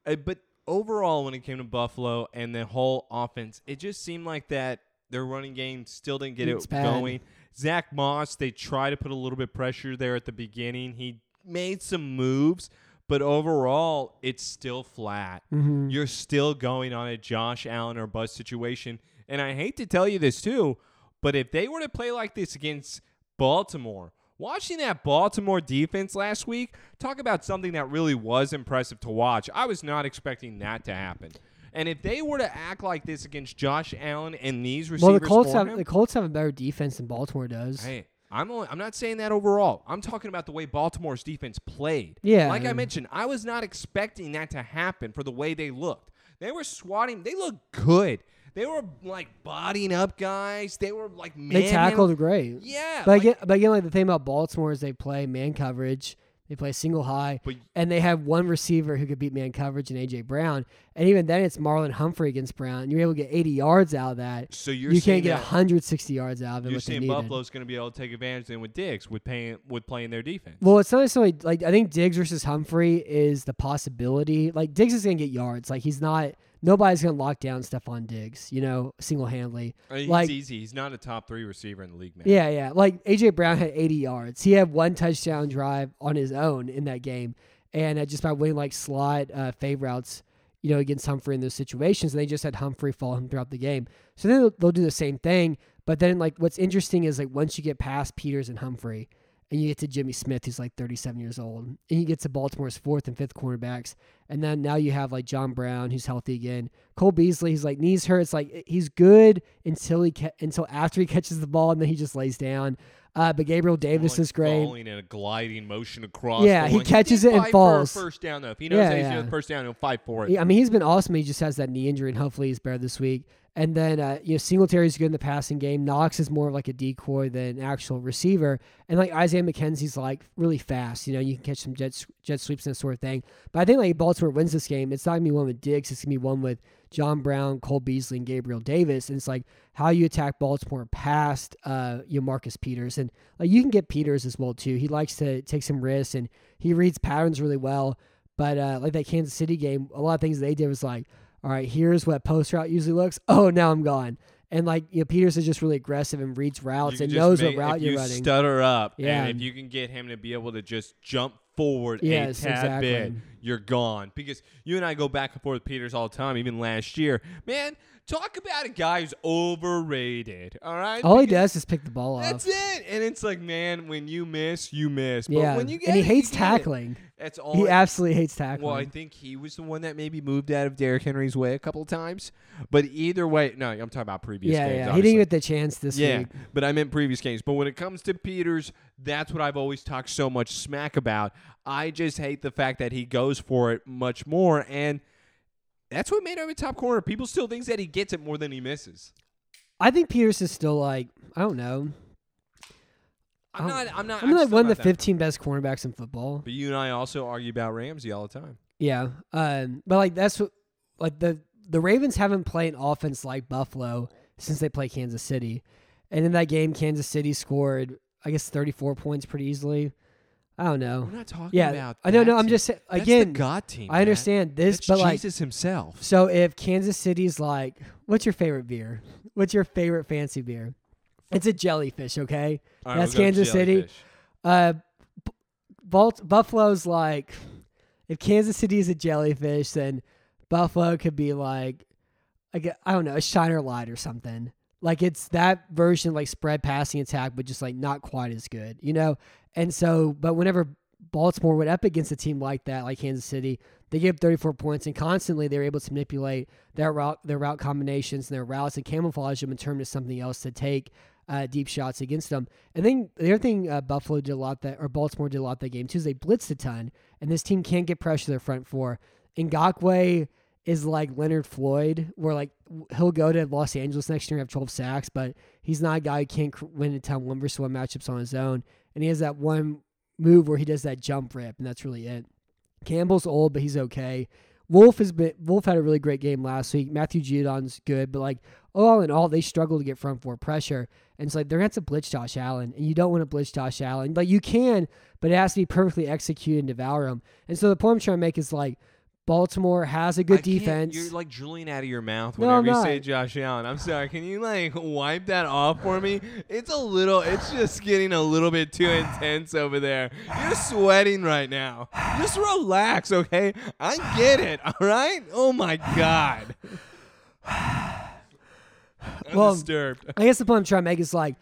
[SPEAKER 3] Uh, but overall, when it came to Buffalo and the whole offense, it just seemed like that their running game still didn't get
[SPEAKER 2] It's
[SPEAKER 3] it
[SPEAKER 2] bad.
[SPEAKER 3] going. Zach Moss, they tried to put a little bit pressure there at the beginning. He made some moves, but overall, it's still flat.
[SPEAKER 2] Mm-hmm.
[SPEAKER 3] You're still going on a Josh Allen or bust situation. And I hate to tell you this too, but if they were to play like this against Baltimore, watching that Baltimore defense last week, talk about something that really was impressive to watch. I was not expecting that to happen. And if they were to act like this against Josh Allen and these receivers,
[SPEAKER 2] Well, the Colts
[SPEAKER 3] for
[SPEAKER 2] have
[SPEAKER 3] him,
[SPEAKER 2] the Colts have a better defense than Baltimore does.
[SPEAKER 3] Hey, I'm only, I'm not saying that overall. I'm talking about the way Baltimore's defense played.
[SPEAKER 2] Yeah.
[SPEAKER 3] Like I mentioned, I was not expecting that to happen for the way they looked. They were swatting. They looked good. They were like bodying up guys. They were like man.
[SPEAKER 2] they tackled great.
[SPEAKER 3] Yeah.
[SPEAKER 2] But
[SPEAKER 3] like-
[SPEAKER 2] again, but again, like the thing about Baltimore is they play man coverage, they play single high,
[SPEAKER 3] But-
[SPEAKER 2] and they have one receiver who could beat man coverage and AJ Brown, and even then it's Marlon Humphrey against Brown. and You're able to get 80 yards out of that.
[SPEAKER 3] So you're
[SPEAKER 2] you
[SPEAKER 3] saying
[SPEAKER 2] can't get
[SPEAKER 3] that-
[SPEAKER 2] 160 yards out of him.
[SPEAKER 3] you're
[SPEAKER 2] what they
[SPEAKER 3] saying
[SPEAKER 2] needed.
[SPEAKER 3] Buffalo's going to be able to take advantage then with Diggs with paying with playing their defense.
[SPEAKER 2] Well, it's not necessarily like I think Diggs versus Humphrey is the possibility. Like Diggs is gonna get yards. Like he's not. Nobody's gonna lock down Stephon Diggs. You know, single handedly.
[SPEAKER 3] I mean, he's
[SPEAKER 2] Like
[SPEAKER 3] easy. He's not a top three receiver in the league, man.
[SPEAKER 2] Yeah, yeah. Like AJ Brown had 80 yards. He had one touchdown drive on his own in that game, and uh, just by winning like slot uh, fade routes, you know, against Humphrey in those situations, and they just had Humphrey follow him throughout the game. So then they'll, they'll do the same thing. But then, like, what's interesting is like once you get past Peters and Humphrey, and you get to Jimmy Smith, who's like 37 years old, and he gets to Baltimore's fourth and fifth cornerbacks, and then now you have like John Brown, who's healthy again. Cole Beasley, he's like knees hurts, like he's good until he ca- until after he catches the ball, and then he just lays down. Uh, but Gabriel Davis
[SPEAKER 3] Like
[SPEAKER 2] is great.
[SPEAKER 3] Falling in a gliding motion across.
[SPEAKER 2] Yeah,
[SPEAKER 3] the
[SPEAKER 2] he
[SPEAKER 3] line.
[SPEAKER 2] catches
[SPEAKER 3] did
[SPEAKER 2] it and
[SPEAKER 3] fight
[SPEAKER 2] falls.
[SPEAKER 3] For a first down though. If he knows
[SPEAKER 2] Yeah,
[SPEAKER 3] that he's
[SPEAKER 2] yeah.
[SPEAKER 3] doing a first down, he'll fight for it.
[SPEAKER 2] Yeah, I mean, he's been awesome. He just has that knee injury, and hopefully he's better this week. And then uh, you know Singletary's good in the passing game. Knox is more of like a decoy than an actual receiver. And like Isaiah McKenzie's like really fast. You know you can catch some jet s- jet sweeps and that sort of thing. But I think like if Baltimore wins this game, it's not gonna be one with Diggs. It's gonna be one with John Brown, Cole Beasley, and Gabriel Davis. And it's like how you attack Baltimore past uh, you know, Marcus Peters, and like you can get Peters as well too. He likes to take some risks and he reads patterns really well. But uh, like that Kansas City game, a lot of things they did was like, all right, here's what post route usually looks. Oh, now I'm gone. And like you know, Peters is just really aggressive and reads routes
[SPEAKER 3] You
[SPEAKER 2] and
[SPEAKER 3] just
[SPEAKER 2] knows
[SPEAKER 3] make-
[SPEAKER 2] what route
[SPEAKER 3] if
[SPEAKER 2] you're
[SPEAKER 3] you
[SPEAKER 2] running.
[SPEAKER 3] Stutter up,
[SPEAKER 2] Yeah.
[SPEAKER 3] and if you can get him to be able to just jump forward
[SPEAKER 2] Yes,
[SPEAKER 3] a tad
[SPEAKER 2] exactly.
[SPEAKER 3] bit, you're gone. Because you and I go back and forth with Peters all the time, even last year. Man, talk about a guy who's overrated. All right,
[SPEAKER 2] all Oh, he
[SPEAKER 3] Because
[SPEAKER 2] does is pick the ball
[SPEAKER 3] That's
[SPEAKER 2] off.
[SPEAKER 3] it. And it's like, man, when you miss, you miss. But
[SPEAKER 2] Yeah,
[SPEAKER 3] when you get
[SPEAKER 2] and he
[SPEAKER 3] it, you
[SPEAKER 2] hates
[SPEAKER 3] get it.
[SPEAKER 2] tackling.
[SPEAKER 3] That's all.
[SPEAKER 2] He
[SPEAKER 3] it-
[SPEAKER 2] absolutely hates tackling.
[SPEAKER 3] well, I think he was the one that maybe moved out of Derrick Henry's way a couple of times. But either way, no, I'm talking about previous
[SPEAKER 2] yeah,
[SPEAKER 3] games.
[SPEAKER 2] yeah. He
[SPEAKER 3] obviously.
[SPEAKER 2] didn't get the chance this
[SPEAKER 3] Yeah,
[SPEAKER 2] week.
[SPEAKER 3] but I meant previous games. But when it comes to Peters, that's what I've always talked so much smack about. I just hate the fact that he goes for it much more, and that's what made him a top corner. People still think that he gets it more than he misses.
[SPEAKER 2] I think Peters is still like I don't know.
[SPEAKER 3] I'm
[SPEAKER 2] Oh.
[SPEAKER 3] not. I'm not.
[SPEAKER 2] I mean, like
[SPEAKER 3] still
[SPEAKER 2] one of
[SPEAKER 3] not
[SPEAKER 2] the
[SPEAKER 3] that-
[SPEAKER 2] 15 best cornerbacks in football.
[SPEAKER 3] But you and I also argue about Ramsey all the time.
[SPEAKER 2] Yeah. Um, but like that's what like the the Ravens haven't played an offense like Buffalo since they play Kansas City. And in that game Kansas City scored I guess 34 points pretty easily. I don't know.
[SPEAKER 3] We're not talking
[SPEAKER 2] Yeah.
[SPEAKER 3] about.
[SPEAKER 2] I don't know.
[SPEAKER 3] that
[SPEAKER 2] I'm
[SPEAKER 3] team.
[SPEAKER 2] just sa-
[SPEAKER 3] That's
[SPEAKER 2] again
[SPEAKER 3] the God team.
[SPEAKER 2] I understand this
[SPEAKER 3] Matt. That's
[SPEAKER 2] but like
[SPEAKER 3] Jesus himself.
[SPEAKER 2] so if Kansas City's like what's your favorite beer? What's your favorite fancy beer? It's a jellyfish, okay?
[SPEAKER 3] All right,
[SPEAKER 2] that's
[SPEAKER 3] we'll go
[SPEAKER 2] Kansas City.
[SPEAKER 3] Jellyfish.
[SPEAKER 2] Uh, B- Balt- Buffalo's like, if Kansas City is a jellyfish, then Buffalo could be like, I, gue- I don't know, a shiner light or something. Like it's that version, like spread passing attack, but just like not quite as good, you know? And so, but whenever Baltimore went up against a team like that, like Kansas City, they gave up 34 points and constantly they were able to manipulate their route, their route combinations and their routes and camouflage them and turn them to something else to take uh, deep shots against them. And then the other thing uh, Buffalo did a lot that, or Baltimore did a lot that game too, is they blitzed a ton, and this team can't get pressure to their front four. Ngakwe is like Leonard Floyd, where like w- he'll go to Los Angeles next year and have 12 sacks, but he's not a guy who can't cr- win a ton one versus one matchups on his own. And he has that one move where he does that jump rip, and that's really it. Campbell's old, but he's okay. Wolf has been Wolf had a really great game last week. Matthew Judon's good, but like all in all, they struggle to get front four pressure. And it's like they're gonna have to blitz Josh Allen, and you don't want to blitz Josh Allen. Like you can, but it has to be perfectly executed and devour him. And so the point I'm trying to make is like Baltimore has a good
[SPEAKER 3] I can't-
[SPEAKER 2] defense.
[SPEAKER 3] You're like drooling out of your mouth
[SPEAKER 2] No, I'm
[SPEAKER 3] whenever you say
[SPEAKER 2] not.
[SPEAKER 3] Josh Allen. I'm sorry. Can you like wipe that off for me? It's a little. It's just getting a little bit too intense over there. You're sweating right now. Just relax, okay? I get it. All right. Oh my god. I'm
[SPEAKER 2] Well,
[SPEAKER 3] disturbed.
[SPEAKER 2] I guess the point I'm trying to make is like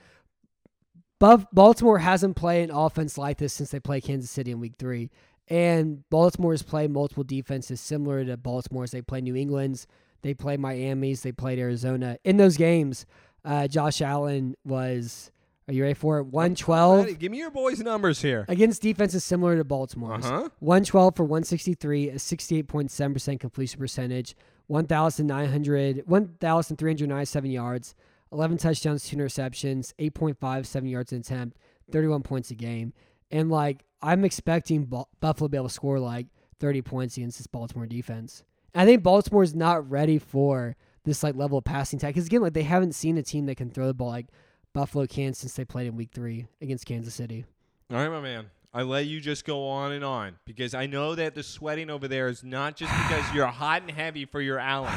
[SPEAKER 2] Buff- Baltimore hasn't played an offense like this since they played Kansas City in week three. And Baltimore's played multiple defenses similar to Baltimore's. They play New England's, they play Miami's, they played Arizona. In those games, uh, Josh Allen was, are you ready for it? 112
[SPEAKER 3] Alrighty, give me your boys' numbers here.
[SPEAKER 2] against defenses similar to Baltimore's.
[SPEAKER 3] Uh-huh.
[SPEAKER 2] 112 for 163, a 68.7% completion percentage, 1,900, 1,397 yards, 11 touchdowns, 2 interceptions, 8.57 yards an attempt, 31 points a game. And, like, I'm expecting Bal- Buffalo to be able to score, like, 30 points against this Baltimore defense. And I think Baltimore's not ready for this, like, level of passing attack. Because, again, like, they haven't seen a team that can throw the ball like Buffalo can since they played in week three against Kansas City.
[SPEAKER 3] All right, my man. I let you just go on and on because I know that the sweating over there is not just because you're hot and heavy for your Allen,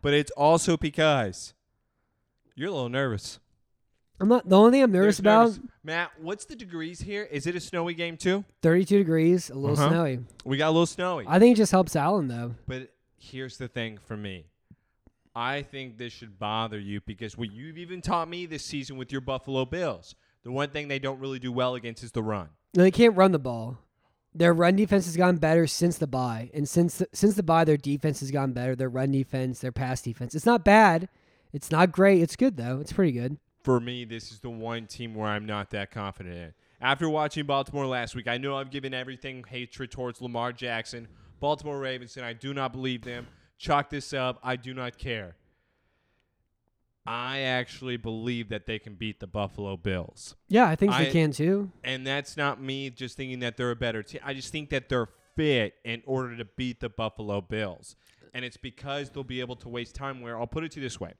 [SPEAKER 3] but it's also because you're a little nervous.
[SPEAKER 2] I'm not. The only thing I'm
[SPEAKER 3] You're
[SPEAKER 2] nervous about
[SPEAKER 3] nervous. Matt, what's the degrees here? Is it a snowy game too?
[SPEAKER 2] 32 degrees, a little
[SPEAKER 3] Uh-huh.
[SPEAKER 2] snowy.
[SPEAKER 3] We got a little snowy.
[SPEAKER 2] I think it just helps Allen though.
[SPEAKER 3] But here's the thing for me. I think this should bother you because what you've even taught me this season with your Buffalo Bills, the one thing they don't really do well against is the run.
[SPEAKER 2] No, They can't run the ball. Their run defense has gotten better since the bye, and since the, since the bye, their defense has gotten better. Their run defense, their pass defense. It's not bad. It's not great. It's good though. It's pretty good.
[SPEAKER 3] for me, this is the one team where I'm not that confident in. After watching Baltimore last week, I know I've given everything hatred towards Lamar Jackson, Baltimore Ravens, and I do not believe them. Chalk this up. I do not care. I actually believe that they can beat the Buffalo Bills.
[SPEAKER 2] Yeah, I think they
[SPEAKER 3] I-
[SPEAKER 2] can too.
[SPEAKER 3] And that's not me just thinking that they're a better team. I just think that they're fit in order to beat the Buffalo Bills. And it's because they'll be able to waste time where I'll put it to you this way.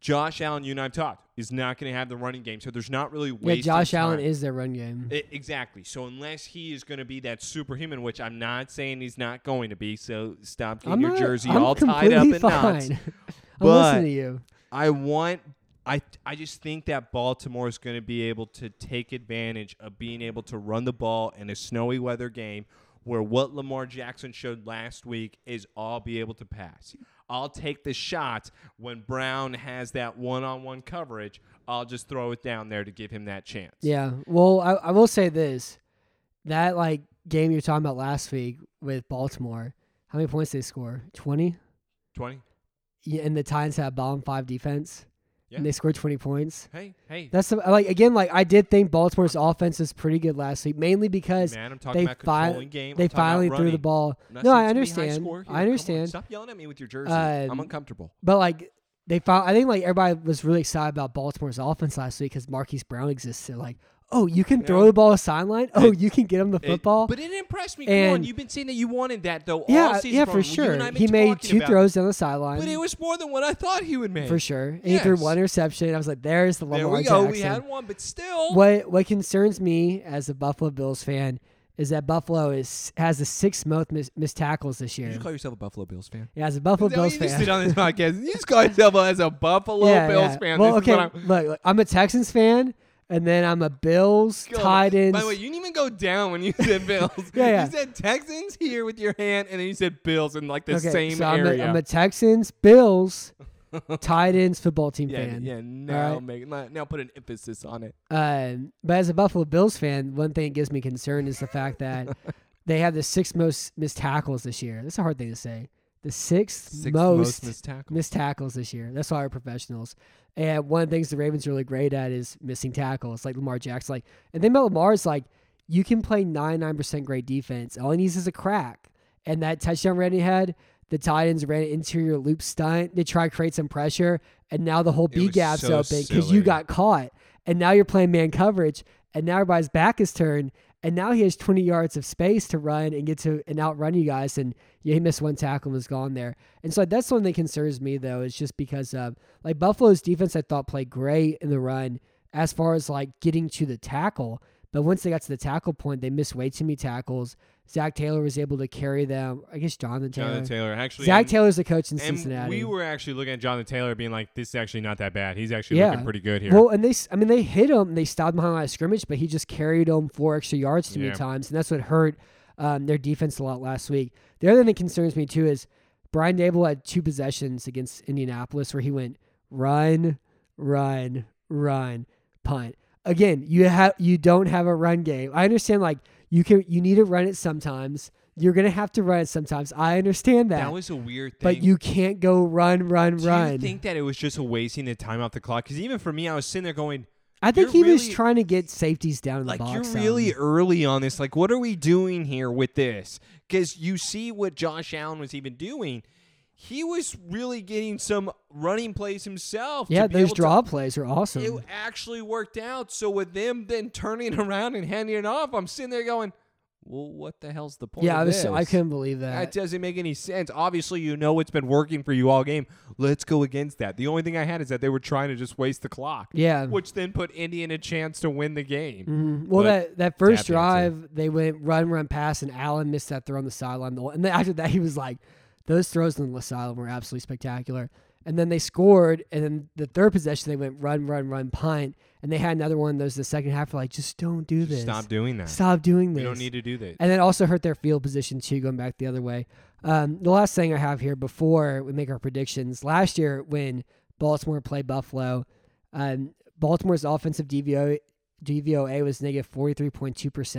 [SPEAKER 3] Josh Allen, you and I've talked, is not going to have the running game. So there's not really
[SPEAKER 2] Yeah,
[SPEAKER 3] wasting
[SPEAKER 2] Josh Allen
[SPEAKER 3] time.
[SPEAKER 2] is their run game.
[SPEAKER 3] I- exactly. So unless he is going to be that superhuman, which I'm not saying he's not going to be, so stop getting
[SPEAKER 2] I'm
[SPEAKER 3] your
[SPEAKER 2] not-
[SPEAKER 3] jersey
[SPEAKER 2] I'm
[SPEAKER 3] all tied up
[SPEAKER 2] completely
[SPEAKER 3] in knots.
[SPEAKER 2] fine. I'm
[SPEAKER 3] But-
[SPEAKER 2] listening to you.
[SPEAKER 3] I want. I, I just think that Baltimore is going to be able to take advantage of being able to run the ball in a snowy weather game where what Lamar Jackson showed last week is all be able to pass. I'll take the shot when Brown has that one on one coverage. I'll just throw it down there to give him that chance.
[SPEAKER 2] Yeah. Well, I, I will say this: that like game you're talking about last week with Baltimore, how many points they score? Twenty.
[SPEAKER 3] 20.
[SPEAKER 2] Yeah, and the Titans have bottom five defense,
[SPEAKER 3] Yeah.
[SPEAKER 2] and they scored twenty points.
[SPEAKER 3] Hey, hey.
[SPEAKER 2] That's the, like again, like I did think Baltimore's offense was pretty good last week, mainly because
[SPEAKER 3] Man, I'm talking
[SPEAKER 2] they
[SPEAKER 3] about
[SPEAKER 2] fi-
[SPEAKER 3] controlling game.
[SPEAKER 2] they
[SPEAKER 3] I'm talking about
[SPEAKER 2] finally threw the
[SPEAKER 3] running.
[SPEAKER 2] ball.
[SPEAKER 3] I'm not
[SPEAKER 2] No,
[SPEAKER 3] saying
[SPEAKER 2] I
[SPEAKER 3] it's gonna be high
[SPEAKER 2] understand.
[SPEAKER 3] score here.
[SPEAKER 2] I
[SPEAKER 3] Come on,
[SPEAKER 2] understand.
[SPEAKER 3] Stop yelling at me with your jersey.
[SPEAKER 2] Um,
[SPEAKER 3] I'm uncomfortable.
[SPEAKER 2] But like they found, I think like everybody was really excited about Baltimore's offense last week because Marquise Brown exists. They're like, oh, you can throw the ball a sideline. Oh, you can get him the
[SPEAKER 3] It-
[SPEAKER 2] football.
[SPEAKER 3] but it impressed me. Come on,
[SPEAKER 2] and-
[SPEAKER 3] you've been saying that you wanted that though. all
[SPEAKER 2] yeah,
[SPEAKER 3] season
[SPEAKER 2] yeah,
[SPEAKER 3] long.
[SPEAKER 2] for
[SPEAKER 3] You and I
[SPEAKER 2] sure.
[SPEAKER 3] have
[SPEAKER 2] He
[SPEAKER 3] been
[SPEAKER 2] made
[SPEAKER 3] talking
[SPEAKER 2] two
[SPEAKER 3] about it.
[SPEAKER 2] throws down the sideline.
[SPEAKER 3] but it was more than what I thought he would make.
[SPEAKER 2] for sure. And he threw
[SPEAKER 3] Yes.
[SPEAKER 2] one interception. I was like, there's the
[SPEAKER 3] There
[SPEAKER 2] Lamar
[SPEAKER 3] we go.
[SPEAKER 2] Jackson.
[SPEAKER 3] We had one, but still.
[SPEAKER 2] what what concerns me as a Buffalo Bills fan is that Buffalo is has the sixth most mis- missed tackles this
[SPEAKER 3] You
[SPEAKER 2] year.
[SPEAKER 3] just call yourself a Buffalo Bills fan.
[SPEAKER 2] Yeah, as a Buffalo
[SPEAKER 3] Is that what
[SPEAKER 2] Bills
[SPEAKER 3] you just
[SPEAKER 2] fan.
[SPEAKER 3] did on this podcast. You just call yourself as a Buffalo
[SPEAKER 2] yeah,
[SPEAKER 3] Bills
[SPEAKER 2] yeah.
[SPEAKER 3] fan.
[SPEAKER 2] Well,
[SPEAKER 3] This is
[SPEAKER 2] okay,
[SPEAKER 3] what I'm-
[SPEAKER 2] look, look, I'm a Texans fan, and then I'm a Bills,
[SPEAKER 3] Go.
[SPEAKER 2] Titans.
[SPEAKER 3] By the way, you didn't even go down when you said Bills.
[SPEAKER 2] Yeah, yeah.
[SPEAKER 3] You said Texans here with your hand, and then you said Bills in like the
[SPEAKER 2] okay,
[SPEAKER 3] same
[SPEAKER 2] so I'm
[SPEAKER 3] area.
[SPEAKER 2] a, I'm a Texans, Bills, Titans football team
[SPEAKER 3] yeah,
[SPEAKER 2] fan.
[SPEAKER 3] yeah. Now
[SPEAKER 2] right.
[SPEAKER 3] make now- now put an emphasis on it.
[SPEAKER 2] Um, but as a Buffalo Bills fan, one thing that gives me concern is the fact that they have the sixth most missed tackles this year. That's a hard thing to say. The sixth,
[SPEAKER 3] Sixth
[SPEAKER 2] most,
[SPEAKER 3] missed tackles.
[SPEAKER 2] missed tackles this year. That's why we're professionals. And one of the things the Ravens are really great at is missing tackles, like Lamar Jackson. Like, and then about Lamar is like, you can play 99% great defense. All he needs is a crack. And that touchdown ran he had, the Titans ran an interior loop stunt to try to create some pressure. And now the whole B
[SPEAKER 3] was
[SPEAKER 2] gap's
[SPEAKER 3] so
[SPEAKER 2] open because
[SPEAKER 3] silly.
[SPEAKER 2] you got caught. And now you're playing man coverage. And now everybody's back is turned. And now he has 20 yards of space to run and get to and outrun you guys. And yeah, he missed one tackle and was gone there. And so that's one that concerns me though, is just because of like Buffalo's defense I thought played great in the run as far as like getting to the tackle. But once they got to the tackle point, they missed way too many tackles. Zach Taylor was able to carry them. I guess Jonathan Taylor.
[SPEAKER 3] Jonathan Taylor actually.
[SPEAKER 2] Zach
[SPEAKER 3] and-
[SPEAKER 2] Taylor's the coach in
[SPEAKER 3] and
[SPEAKER 2] Cincinnati.
[SPEAKER 3] we were actually looking at Jonathan Taylor, being like, "This is actually not that bad. He's actually
[SPEAKER 2] Yeah.
[SPEAKER 3] looking pretty good here."
[SPEAKER 2] Well, and they, s- I mean, they hit him. and They stopped him behind the line of scrimmage, but he just carried him four extra yards too
[SPEAKER 3] Yeah.
[SPEAKER 2] many times, and that's what hurt um, their defense a lot last week. The other thing that concerns me too is Brian Dable had two possessions against Indianapolis where he went run, run, run, punt. Again, you have you don't have a run game. I understand like you can you need to run it sometimes. You're gonna have to run it sometimes. I understand that,
[SPEAKER 3] that was a weird thing.
[SPEAKER 2] but you can't go run, run,
[SPEAKER 3] do
[SPEAKER 2] run.
[SPEAKER 3] you think that it was just a wasting the time off the clock? Because even for me, I was sitting there going,
[SPEAKER 2] I think he
[SPEAKER 3] you're
[SPEAKER 2] was
[SPEAKER 3] really-
[SPEAKER 2] trying to get safeties down in the
[SPEAKER 3] like
[SPEAKER 2] box. um,
[SPEAKER 3] you're
[SPEAKER 2] some.
[SPEAKER 3] really early on this. Like, what are we doing here with this? Because you see what Josh Allen was even doing. He was really getting some running plays himself. to
[SPEAKER 2] Yeah,
[SPEAKER 3] be
[SPEAKER 2] those
[SPEAKER 3] able to-
[SPEAKER 2] draw plays are awesome.
[SPEAKER 3] it actually worked out. So with them then turning around and handing it off, I'm sitting there going, "Well, what the hell's the point?"
[SPEAKER 2] yeah, I
[SPEAKER 3] of
[SPEAKER 2] was I
[SPEAKER 3] this?
[SPEAKER 2] couldn't believe
[SPEAKER 3] That
[SPEAKER 2] that.
[SPEAKER 3] doesn't make any sense. Obviously, you know it's been working for you all game. Let's go against that. The only thing I had is that they were trying to just waste the clock.
[SPEAKER 2] Yeah.
[SPEAKER 3] Which then put Indy in a chance to win the game.
[SPEAKER 2] Mhm. Well,
[SPEAKER 3] But
[SPEAKER 2] that, that first
[SPEAKER 3] tap dancer.
[SPEAKER 2] drive, they went run, run, pass, and Allen missed that throw on the sideline. The- And then after that, he was like, those throws on the sideline were absolutely spectacular. And then they scored, and then the third possession, they went run, run, run, punt, and they had another one. Those the second half were like, just don't do this.
[SPEAKER 3] Stop doing that.
[SPEAKER 2] Stop doing this.
[SPEAKER 3] You don't need to do that.
[SPEAKER 2] and then also hurt their field position too, going back the other way. Um, the last thing I have here before we make our predictions last year when Baltimore played Buffalo, um, Baltimore's offensive DVO, DVOA was negative 43.2%,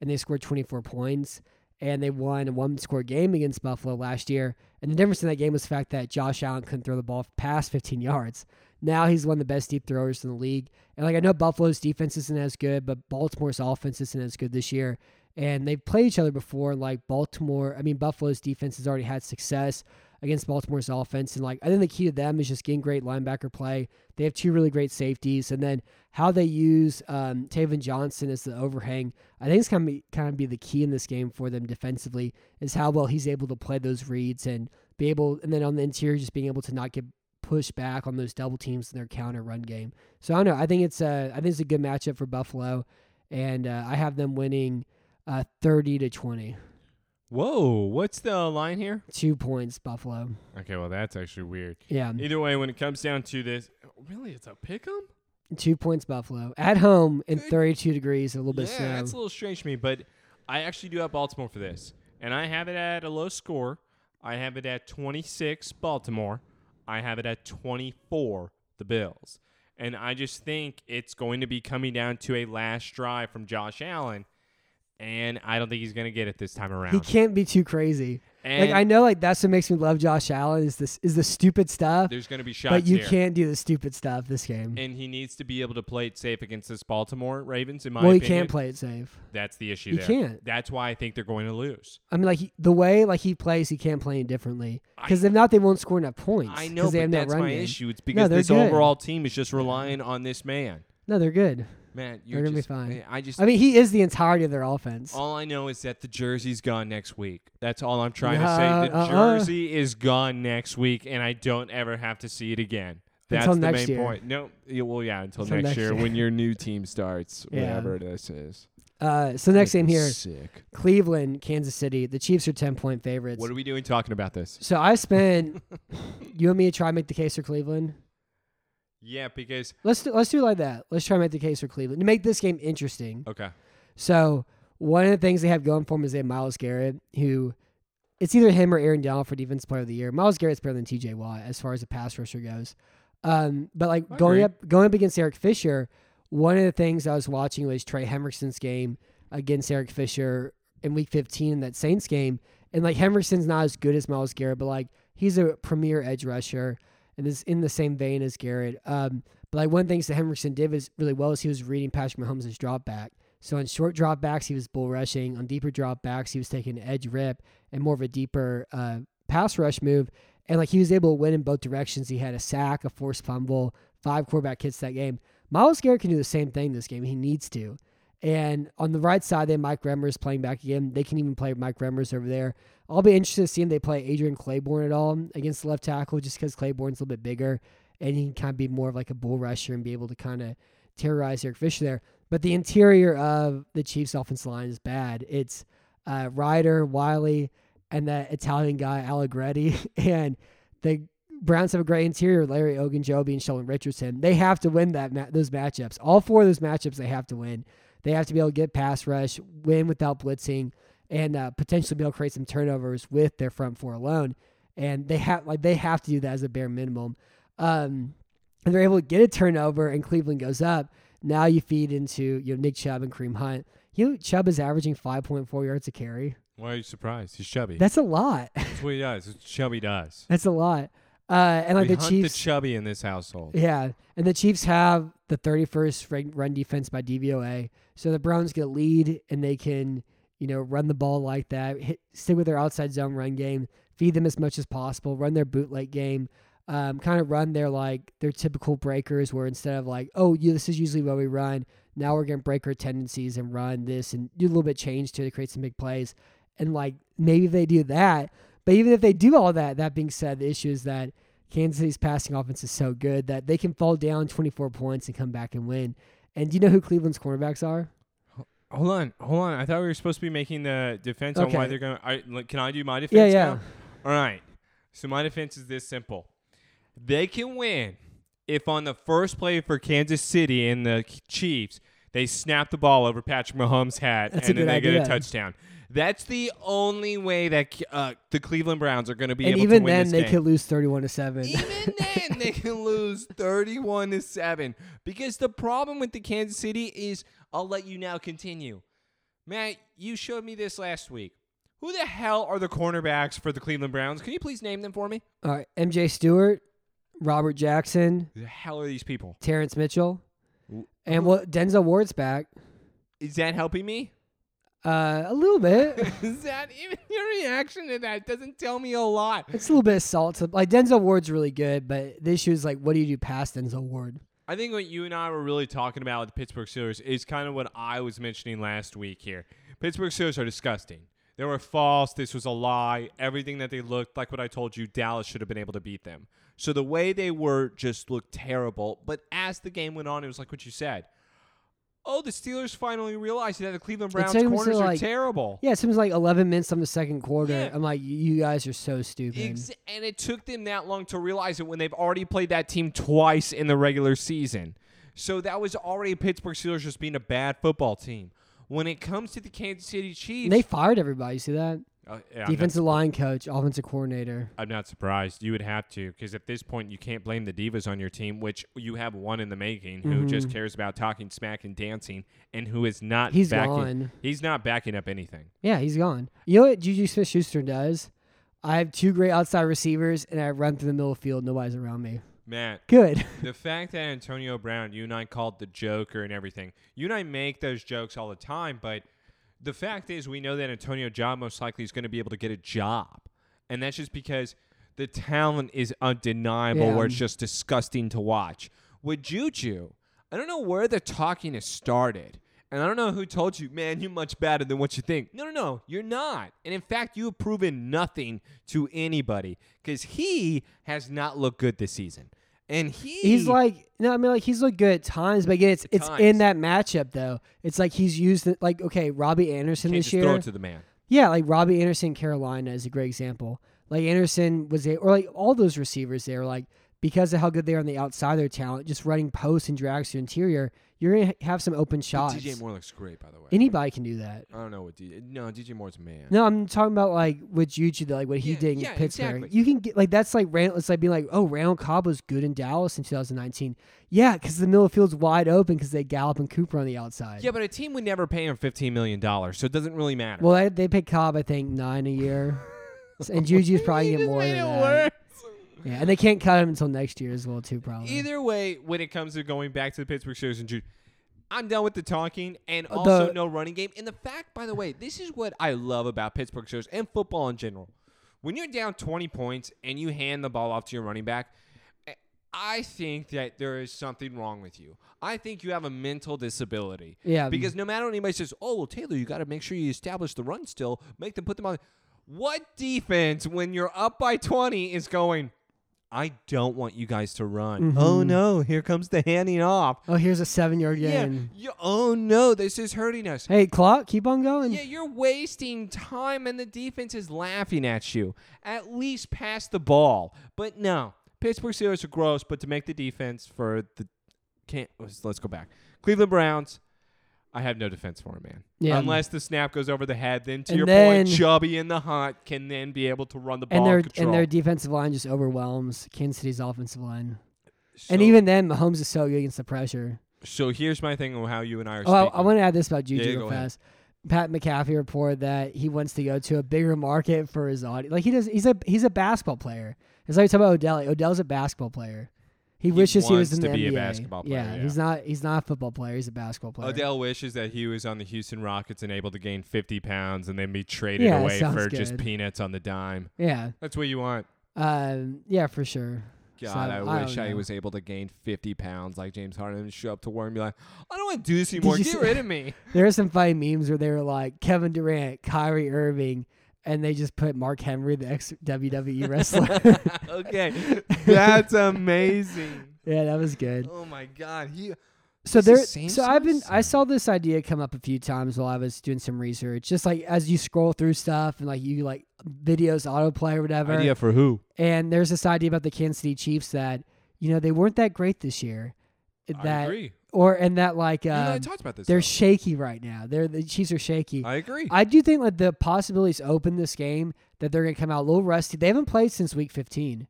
[SPEAKER 2] and they scored 24 points. And they won a one score game against Buffalo last year. And the difference in that game was the fact that Josh Allen couldn't throw the ball past 15 yards. Now he's one of the best deep throwers in the league. And like I know Buffalo's defense isn't as good, but Baltimore's offense isn't as good this year. And they've played each other before. Like Baltimore, I mean Buffalo's defense has already had success against Baltimore's offense. And like, I think the key to them is just getting great linebacker play. They have two really great safeties, and then how they use um, Taven Johnson as the overhang. I think it's kind of kind of be the key in this game for them defensively is how well he's able to play those reads and be able, and then on the interior just being able to not get pushed back on those double teams in their counter run game. So I don't know. I think it's a I think it's a good matchup for Buffalo, and uh, I have them winning uh, thirty to twenty.
[SPEAKER 3] Whoa, what's the line here?
[SPEAKER 2] Two points, Buffalo.
[SPEAKER 3] Okay, well that's actually weird.
[SPEAKER 2] Yeah,
[SPEAKER 3] Either way, when it comes down to this, really, it's a pick'em.
[SPEAKER 2] two points, Buffalo at home in
[SPEAKER 3] Good.
[SPEAKER 2] thirty-two degrees, a little
[SPEAKER 3] Yeah,
[SPEAKER 2] bit of snow.
[SPEAKER 3] that's a little strange to me, but I actually do have Baltimore for this, and I have it at a low score. I have it at 26 Baltimore. I have it at 24 the Bills, and I just think it's going to be coming down to a last drive from Josh Allen, and I don't think he's going to get it this time around.
[SPEAKER 2] He can't be too crazy.
[SPEAKER 3] And-
[SPEAKER 2] like I know, like that's what makes me love Josh Allen is this is the stupid stuff,
[SPEAKER 3] There's going to be shots
[SPEAKER 2] but you
[SPEAKER 3] here.
[SPEAKER 2] can't do the stupid stuff this game.
[SPEAKER 3] and he needs to be able to play it safe against this Baltimore Ravens. In my
[SPEAKER 2] well, he
[SPEAKER 3] opinion,
[SPEAKER 2] can't play it safe.
[SPEAKER 3] That's the issue.
[SPEAKER 2] He
[SPEAKER 3] there.
[SPEAKER 2] can't.
[SPEAKER 3] That's why I think they're going to lose.
[SPEAKER 2] I mean, like he, the way like he plays, he can't play it differently because if not, they won't score enough points.
[SPEAKER 3] I
[SPEAKER 2] 'cause
[SPEAKER 3] know,
[SPEAKER 2] they have
[SPEAKER 3] but
[SPEAKER 2] no
[SPEAKER 3] that's
[SPEAKER 2] run
[SPEAKER 3] my
[SPEAKER 2] game.
[SPEAKER 3] issue. It's because
[SPEAKER 2] they're
[SPEAKER 3] this
[SPEAKER 2] good.
[SPEAKER 3] overall team is just relying on this man.
[SPEAKER 2] No, they're good.
[SPEAKER 3] Man,
[SPEAKER 2] They're
[SPEAKER 3] you're
[SPEAKER 2] gonna be
[SPEAKER 3] just- eh,
[SPEAKER 2] fine.
[SPEAKER 3] I just.
[SPEAKER 2] I mean, he is the entirety of their offense.
[SPEAKER 3] all I know is that the jersey's gone next week. That's all I'm trying
[SPEAKER 2] Nah,
[SPEAKER 3] to say. The
[SPEAKER 2] uh-uh.
[SPEAKER 3] jersey is gone next week, and I don't ever have to see it again. That's
[SPEAKER 2] Until
[SPEAKER 3] the
[SPEAKER 2] next
[SPEAKER 3] main
[SPEAKER 2] year.
[SPEAKER 3] point. No, yeah, well, yeah, until,
[SPEAKER 2] Until
[SPEAKER 3] next,
[SPEAKER 2] next
[SPEAKER 3] year
[SPEAKER 2] year.
[SPEAKER 3] when your new team starts,
[SPEAKER 2] Yeah.
[SPEAKER 3] whatever this is.
[SPEAKER 2] Uh, so next game here,
[SPEAKER 3] Sick.
[SPEAKER 2] Cleveland, Kansas City. The Chiefs are ten point favorites.
[SPEAKER 3] What are we doing talking about this?
[SPEAKER 2] so I spent. you and me to try and make the case for Cleveland.
[SPEAKER 3] Yeah, because
[SPEAKER 2] Let's do, let's do it like that. Let's try and make the case for Cleveland to make this game interesting.
[SPEAKER 3] okay,
[SPEAKER 2] So one of the things they have going for them is they have Miles Garrett, who it's either him or Aaron Donald for defense player of the year. Miles Garrett's better than T.J. Watt as far as a pass rusher goes. Um, but like
[SPEAKER 3] I
[SPEAKER 2] going
[SPEAKER 3] agree.
[SPEAKER 2] up going up against Eric Fisher, one of the things I was watching was Trey Henderson's game against Eric Fisher in Week 15 in that Saints game, and like Henderson's not as good as Miles Garrett, but like he's a premier edge rusher and is in the same vein as Garrett. Um, but like one of the things that Henderson did was really well is he was reading Patrick Mahomes' drop back. So on short drop backs, he was bull rushing. On deeper drop backs, he was taking an edge rip and more of a deeper uh, pass rush move. And like he was able to win in both directions. He had a sack, a forced fumble, five quarterback hits that game. Miles Garrett can do the same thing this game. He needs to. And on the right side, they have Mike Remmers playing back again. They can even play Mike Remmers over there. I'll be interested to see if they play Adrian Claiborne at all against the left tackle, just because Claiborne's a little bit bigger and he can kind of be more of like a bull rusher and be able to kind of terrorize Eric Fisher there. But the interior of the Chiefs' offensive line is bad. It's uh, Ryder, Wiley, and that Italian guy Allegretti, and the Browns have a great interior: Larry Ogunjobi and Sheldon Richardson. They have to win that ma- those matchups. All four of those matchups they have to win. They have to be able to get pass rush, win without blitzing, and uh, potentially be able to create some turnovers with their front four alone. And they have like they have to do that as a bare minimum. Um, and they're able to get a turnover, and Cleveland goes up. Now you feed into you know Nick Chubb and Kareem Hunt. You know, Chubb is averaging five point four yards a carry.
[SPEAKER 3] why are you surprised? He's chubby.
[SPEAKER 2] That's a lot.
[SPEAKER 3] That's what he does. It's what Chubby does.
[SPEAKER 2] That's a lot. Uh, and like
[SPEAKER 3] we
[SPEAKER 2] the
[SPEAKER 3] hunt
[SPEAKER 2] Chiefs,
[SPEAKER 3] the chubby in this household.
[SPEAKER 2] yeah, and the Chiefs have the 31st ranked run defense by DVOA, so the Browns get a lead and they can you know run the ball like that, hit, stick with their outside zone run game, feed them as much as possible, run their bootleg game, um, kind of run their like their typical breakers where instead of like oh yeah, this is usually what we run, now we're gonna break our tendencies and run this and do a little bit change to it to create some big plays, and like maybe if they do that. But even if they do all that, that being said, the issue is that Kansas City's passing offense is so good that they can fall down 24 points and come back and win. And do you know who Cleveland's cornerbacks are?
[SPEAKER 3] Hold on, hold on. I thought we were supposed to be making the defense on why
[SPEAKER 2] Okay.
[SPEAKER 3] they're going. to Can I do my
[SPEAKER 2] Yeah,
[SPEAKER 3] defense?
[SPEAKER 2] yeah.
[SPEAKER 3] Now? All right. So my defense is this simple: they can win if on the first play for Kansas City and the Chiefs, they snap the ball over Patrick Mahomes' hat
[SPEAKER 2] That's a
[SPEAKER 3] and then
[SPEAKER 2] good
[SPEAKER 3] they get
[SPEAKER 2] idea.
[SPEAKER 3] a touchdown. That's the only way that uh, the Cleveland Browns are going to be
[SPEAKER 2] And
[SPEAKER 3] able
[SPEAKER 2] even
[SPEAKER 3] to win
[SPEAKER 2] then,
[SPEAKER 3] this
[SPEAKER 2] they
[SPEAKER 3] game.
[SPEAKER 2] could lose 31 to 7.
[SPEAKER 3] Even then, they can lose 31 to 7 because the problem with the Kansas City is I'll let you now continue. Matt, you showed me this last week. Who the hell are the cornerbacks for the Cleveland Browns? Can you please name them for me?
[SPEAKER 2] all right. MJ Stewart, Robert Jackson,
[SPEAKER 3] Who the hell are these people?
[SPEAKER 2] Terrence Mitchell,
[SPEAKER 3] Who-
[SPEAKER 2] and well, Denzel Ward's back.
[SPEAKER 3] Is that helping me?
[SPEAKER 2] Uh, a little bit.
[SPEAKER 3] Is that even your reaction to that doesn't tell me a lot.
[SPEAKER 2] it's a little bit of salt. To, like Denzel Ward's really good, but the issue is like, what do you do past Denzel Ward?
[SPEAKER 3] I think what you and I were really talking about with the Pittsburgh Steelers is kind of what I was mentioning last week here. Pittsburgh Steelers are disgusting. They were false. This was a lie. Everything that they looked like what I told you, Dallas should have been able to beat them. So the way they were just looked terrible. But as the game went on, it was like what you said. Oh, the Steelers finally realized that the Cleveland Browns
[SPEAKER 2] took 'em to,
[SPEAKER 3] corners are
[SPEAKER 2] like-
[SPEAKER 3] terrible.
[SPEAKER 2] Yeah, it seems like 11 minutes on the second quarter.
[SPEAKER 3] Yeah.
[SPEAKER 2] I'm like, you guys are so stupid.
[SPEAKER 3] Ex- and it took them that long to realize it when they've already played that team twice in the regular season. So that was already Pittsburgh Steelers just being a bad football team. When it comes to the Kansas City Chiefs,
[SPEAKER 2] And they fired everybody. You see that?
[SPEAKER 3] Uh, yeah, I'm, not,
[SPEAKER 2] Defensive line coach, offensive coordinator.
[SPEAKER 3] I'm not surprised. You would have to because at this point you can't blame the divas on your team, which you have one in the making
[SPEAKER 2] Mm-hmm.
[SPEAKER 3] who just cares about talking smack and dancing, and who is not.
[SPEAKER 2] He's
[SPEAKER 3] backing,
[SPEAKER 2] gone.
[SPEAKER 3] He's not backing up anything.
[SPEAKER 2] Yeah, he's gone. You know what Juju Smith Schuster does? I have two great outside receivers, and I run through the middle of the field. Nobody's around me.
[SPEAKER 3] Matt,
[SPEAKER 2] Good.
[SPEAKER 3] the fact that Antonio Brown, you and I called the Joker and everything, you and I make those jokes all the time, but the fact is we know that Antonio John most likely is going to be able to get a job. And that's just because the talent is undeniable
[SPEAKER 2] Yeah.
[SPEAKER 3] where it's just disgusting to watch. With Juju, I don't know where the talking has started. And I don't know who told you, man, you're much better than what you think. No, no, no, you're not. And in fact, you have proven nothing to anybody because he has not looked good this season. And he
[SPEAKER 2] He's like, no, I mean, like he's looked good at times, but again, it's
[SPEAKER 3] At
[SPEAKER 2] it's
[SPEAKER 3] times.
[SPEAKER 2] in that matchup though. It's like he's used it, like okay, Robbie Anderson
[SPEAKER 3] can't
[SPEAKER 2] this
[SPEAKER 3] just
[SPEAKER 2] year.
[SPEAKER 3] throw it to the man.
[SPEAKER 2] Yeah, like Robbie Anderson, Carolina is a great example. Like Anderson was a, or like all those receivers there, like because of how good they are on the outside of their talent, just running posts and drags to interior, you're gonna ha- have some open shots.
[SPEAKER 3] DJ Moore looks great, by the way.
[SPEAKER 2] Anybody can do that.
[SPEAKER 3] I don't know what DJ. No, DJ Moore's a man.
[SPEAKER 2] No, I'm talking about like with Juju, though, like what he
[SPEAKER 3] Yeah,
[SPEAKER 2] did in
[SPEAKER 3] yeah,
[SPEAKER 2] Pittsburgh.
[SPEAKER 3] exactly.
[SPEAKER 2] You can get like that's like Rand, it's like being like, oh, Randall Cobb was good in Dallas in 2019. Yeah, because the middle of the field's wide open because they Gallup and Cooper on the outside.
[SPEAKER 3] Yeah, but a team would never pay him fifteen million dollars, so it doesn't really matter.
[SPEAKER 2] Well, they, they paid Cobb, I think, nine a year, and Juju's probably getting more than that. Yeah, and they can't cut him until next year as well, too. Probably.
[SPEAKER 3] Either way, when it comes to going back to the Pittsburgh Steelers and Jude, I'm done with the talking and also
[SPEAKER 2] The-
[SPEAKER 3] no running game. And the fact, by the way, this is what I love about Pittsburgh Steelers and football in general. When you're down 20 points and you hand the ball off to your running back, I- I think that there is something wrong with you. I think you have a mental disability.
[SPEAKER 2] Yeah.
[SPEAKER 3] Because no matter what anybody says, oh, well, Taylor, you got to make sure you establish the run still, make them put them on. What defense, when you're up by 20, is going, I don't want you guys to run. Oh no, here comes the handing off.
[SPEAKER 2] Oh, here's a seven-yard
[SPEAKER 3] Yeah.
[SPEAKER 2] gain.
[SPEAKER 3] you- oh no, this is hurting us.
[SPEAKER 2] Hey, clock, keep on going.
[SPEAKER 3] Yeah, you're wasting time and the defense is laughing at you. At least pass the ball. But no, Pittsburgh Steelers are gross, but to make the defense for the can't let's, let's go back. Cleveland Browns, I have no defense for him, man.
[SPEAKER 2] Yeah.
[SPEAKER 3] Unless the snap goes over the head, then to
[SPEAKER 2] And
[SPEAKER 3] your
[SPEAKER 2] then-
[SPEAKER 3] point, Chubby and the Hunt can then be able to run the ball
[SPEAKER 2] And their
[SPEAKER 3] control.
[SPEAKER 2] and their defensive line just overwhelms Kansas City's offensive line. and
[SPEAKER 3] So-
[SPEAKER 2] even then, Mahomes is so good against the pressure.
[SPEAKER 3] so here's my thing on how you and I are
[SPEAKER 2] Oh, I,
[SPEAKER 3] speaking.
[SPEAKER 2] want to add this about Juju
[SPEAKER 3] Yeah,
[SPEAKER 2] real
[SPEAKER 3] go ahead.
[SPEAKER 2] fast. Pat McAfee reported that he wants to go to a bigger market for his audience. Like he does, he's a he's a basketball player. It's like we talk about Odell. Like, Odell's a basketball player. He, wishes he
[SPEAKER 3] wants
[SPEAKER 2] was in
[SPEAKER 3] to
[SPEAKER 2] the
[SPEAKER 3] be a
[SPEAKER 2] NBA.
[SPEAKER 3] basketball player, yeah.
[SPEAKER 2] he's not. He's not a football player. He's a basketball player.
[SPEAKER 3] Odell wishes that he was on the Houston Rockets and able to gain 50 pounds and then be traded
[SPEAKER 2] Yeah,
[SPEAKER 3] away
[SPEAKER 2] sounds
[SPEAKER 3] for just
[SPEAKER 2] good.
[SPEAKER 3] peanuts on the dime.
[SPEAKER 2] Yeah.
[SPEAKER 3] That's what you want.
[SPEAKER 2] Um, yeah, for sure.
[SPEAKER 3] God,
[SPEAKER 2] So,
[SPEAKER 3] I,
[SPEAKER 2] don't
[SPEAKER 3] wish I
[SPEAKER 2] know.
[SPEAKER 3] was able to gain 50 pounds like James Harden and show up to work and be like, I don't want to do this anymore.
[SPEAKER 2] you
[SPEAKER 3] Get
[SPEAKER 2] see-
[SPEAKER 3] rid of me.
[SPEAKER 2] There are some funny memes where they were like Kevin Durant, Kyrie Irving, and they just put Mark Henry, the ex WWE wrestler.
[SPEAKER 3] okay. That's amazing.
[SPEAKER 2] yeah, that was good.
[SPEAKER 3] Oh my God. He
[SPEAKER 2] So
[SPEAKER 3] It's the
[SPEAKER 2] there,
[SPEAKER 3] same
[SPEAKER 2] so I've been,
[SPEAKER 3] size?
[SPEAKER 2] I saw this idea come up a few times while I was doing some research. Just like as you scroll through stuff and like you like videos autoplay or whatever.
[SPEAKER 3] idea for who?
[SPEAKER 2] And there's this idea about the Kansas City Chiefs that you know they weren't that great this year. That
[SPEAKER 3] I agree.
[SPEAKER 2] or and that like
[SPEAKER 3] You and I
[SPEAKER 2] um,
[SPEAKER 3] talked about this.
[SPEAKER 2] they're
[SPEAKER 3] though.
[SPEAKER 2] shaky right now. They're the Chiefs are shaky.
[SPEAKER 3] I agree.
[SPEAKER 2] I do think that the possibilities open this game that they're going to come out a little rusty. They haven't played since week 15.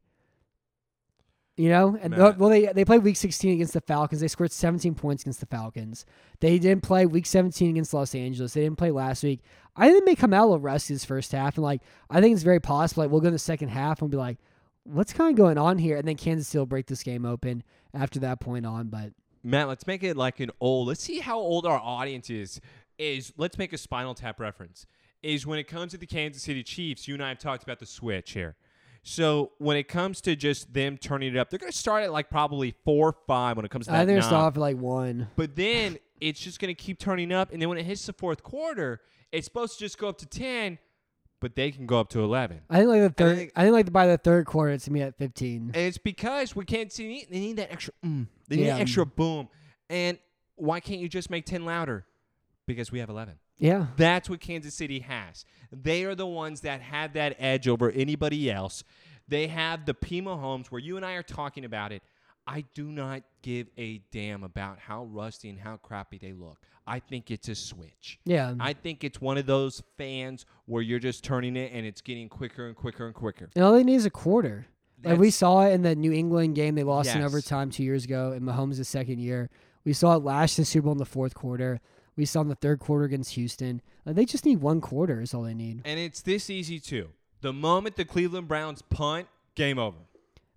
[SPEAKER 2] You know, and
[SPEAKER 3] Matt.
[SPEAKER 2] well, they they played week 16 against the Falcons. They scored 17 points against the Falcons. They didn't play week 17 against Los Angeles. They didn't play last week. I think they may come out a little rusty this first half, and like I think it's very possible. Like we'll go in the second half and be like, what's kind of going on here? And then Kansas City will break this game open after that point on. But
[SPEAKER 3] Matt, let's make it like an old. Let's see how old our audience is. is let's make a Spinal Tap reference. Is when it comes to the Kansas City Chiefs, you and I have talked about the switch here. So when it comes to just them turning it up, they're going to start at like probably four five when it comes to that
[SPEAKER 2] I think it's
[SPEAKER 3] knob.
[SPEAKER 2] off at like one.
[SPEAKER 3] But then it's just going to keep turning up. And then when it hits the fourth quarter, it's supposed to just go up to 10, but they can go up to 11.
[SPEAKER 2] I think like the third. I think,
[SPEAKER 3] think-
[SPEAKER 2] like by the third quarter, it's gonna be at fifteen.
[SPEAKER 3] And it's because we can't see, they need that extra, mm, they need
[SPEAKER 2] Yeah.
[SPEAKER 3] that extra boom. And why can't you just make 10 louder? Because we have 11.
[SPEAKER 2] yeah,
[SPEAKER 3] That's what Kansas City has. They are the ones that have that edge over anybody else. They have the Pima Homes where you and I are talking about it. I do not give a damn about how rusty and how crappy they look. I think it's a switch.
[SPEAKER 2] yeah.
[SPEAKER 3] I think it's one of those fans where you're just turning it and it's getting quicker and quicker and quicker.
[SPEAKER 2] and all they need is a quarter. Like we
[SPEAKER 3] That's-
[SPEAKER 2] saw it in the New England game they lost in
[SPEAKER 3] Yes.
[SPEAKER 2] overtime two years ago in Mahomes' second year. We saw it last the Super Bowl in the fourth quarter. We saw it in the third quarter against Houston. Like they just need one quarter is all they need.
[SPEAKER 3] And it's this easy too. The moment the Cleveland Browns punt, game over.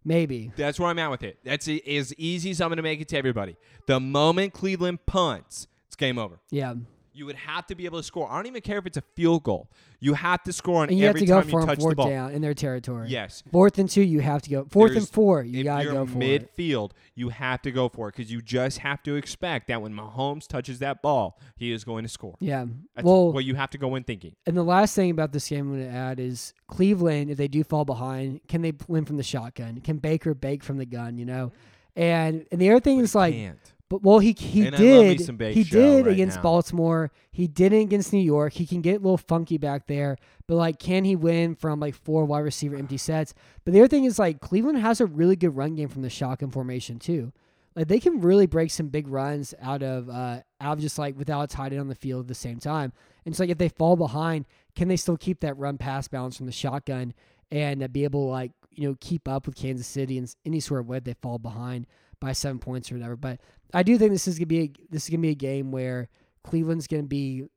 [SPEAKER 2] Maybe.
[SPEAKER 3] That's where I'm at with it. That's i- as easy as I'm going to make it to everybody. The moment Cleveland punts, it's game over.
[SPEAKER 2] Yeah.
[SPEAKER 3] You would have to be able to score. I don't even care if it's a field goal. You have to score on
[SPEAKER 2] And you have
[SPEAKER 3] every
[SPEAKER 2] to go
[SPEAKER 3] time
[SPEAKER 2] for
[SPEAKER 3] you
[SPEAKER 2] 'em
[SPEAKER 3] touch the
[SPEAKER 2] fourth
[SPEAKER 3] ball.
[SPEAKER 2] down in their territory.
[SPEAKER 3] Yes.
[SPEAKER 2] Fourth and two, you have to go. Fourth
[SPEAKER 3] There's-
[SPEAKER 2] and four, you
[SPEAKER 3] if
[SPEAKER 2] gotta
[SPEAKER 3] you're
[SPEAKER 2] go for it.
[SPEAKER 3] midfield, you have to go for it because you just have to expect that when Mahomes touches that ball, he is going to score.
[SPEAKER 2] Yeah.
[SPEAKER 3] That's
[SPEAKER 2] well,
[SPEAKER 3] what you have to go in thinking.
[SPEAKER 2] and the last thing about this game I'm going to add is Cleveland, if they do fall behind, can they win from the shotgun? Can Baker bake from the gun, you know? And and the other thing is like,
[SPEAKER 3] Can't.
[SPEAKER 2] but well, he he
[SPEAKER 3] And I love me
[SPEAKER 2] did
[SPEAKER 3] some Bake
[SPEAKER 2] he
[SPEAKER 3] Show
[SPEAKER 2] did
[SPEAKER 3] right
[SPEAKER 2] against
[SPEAKER 3] now.
[SPEAKER 2] Baltimore. He did it against New York. He can get a little funky back there, but like, can he win from like four wide receiver empty sets? But the other thing is like, Cleveland has a really good run game from the shotgun formation too. Like they can really break some big runs out of uh, out of just like without a tight end on the field at the same time. And so like if they fall behind, can they still keep that run pass balance from the shotgun and uh, be able to like you know keep up with Kansas City in s- any sort of way they fall behind by seven points or whatever. But I do think this is gonna be a, this is gonna be a game where Cleveland's gonna be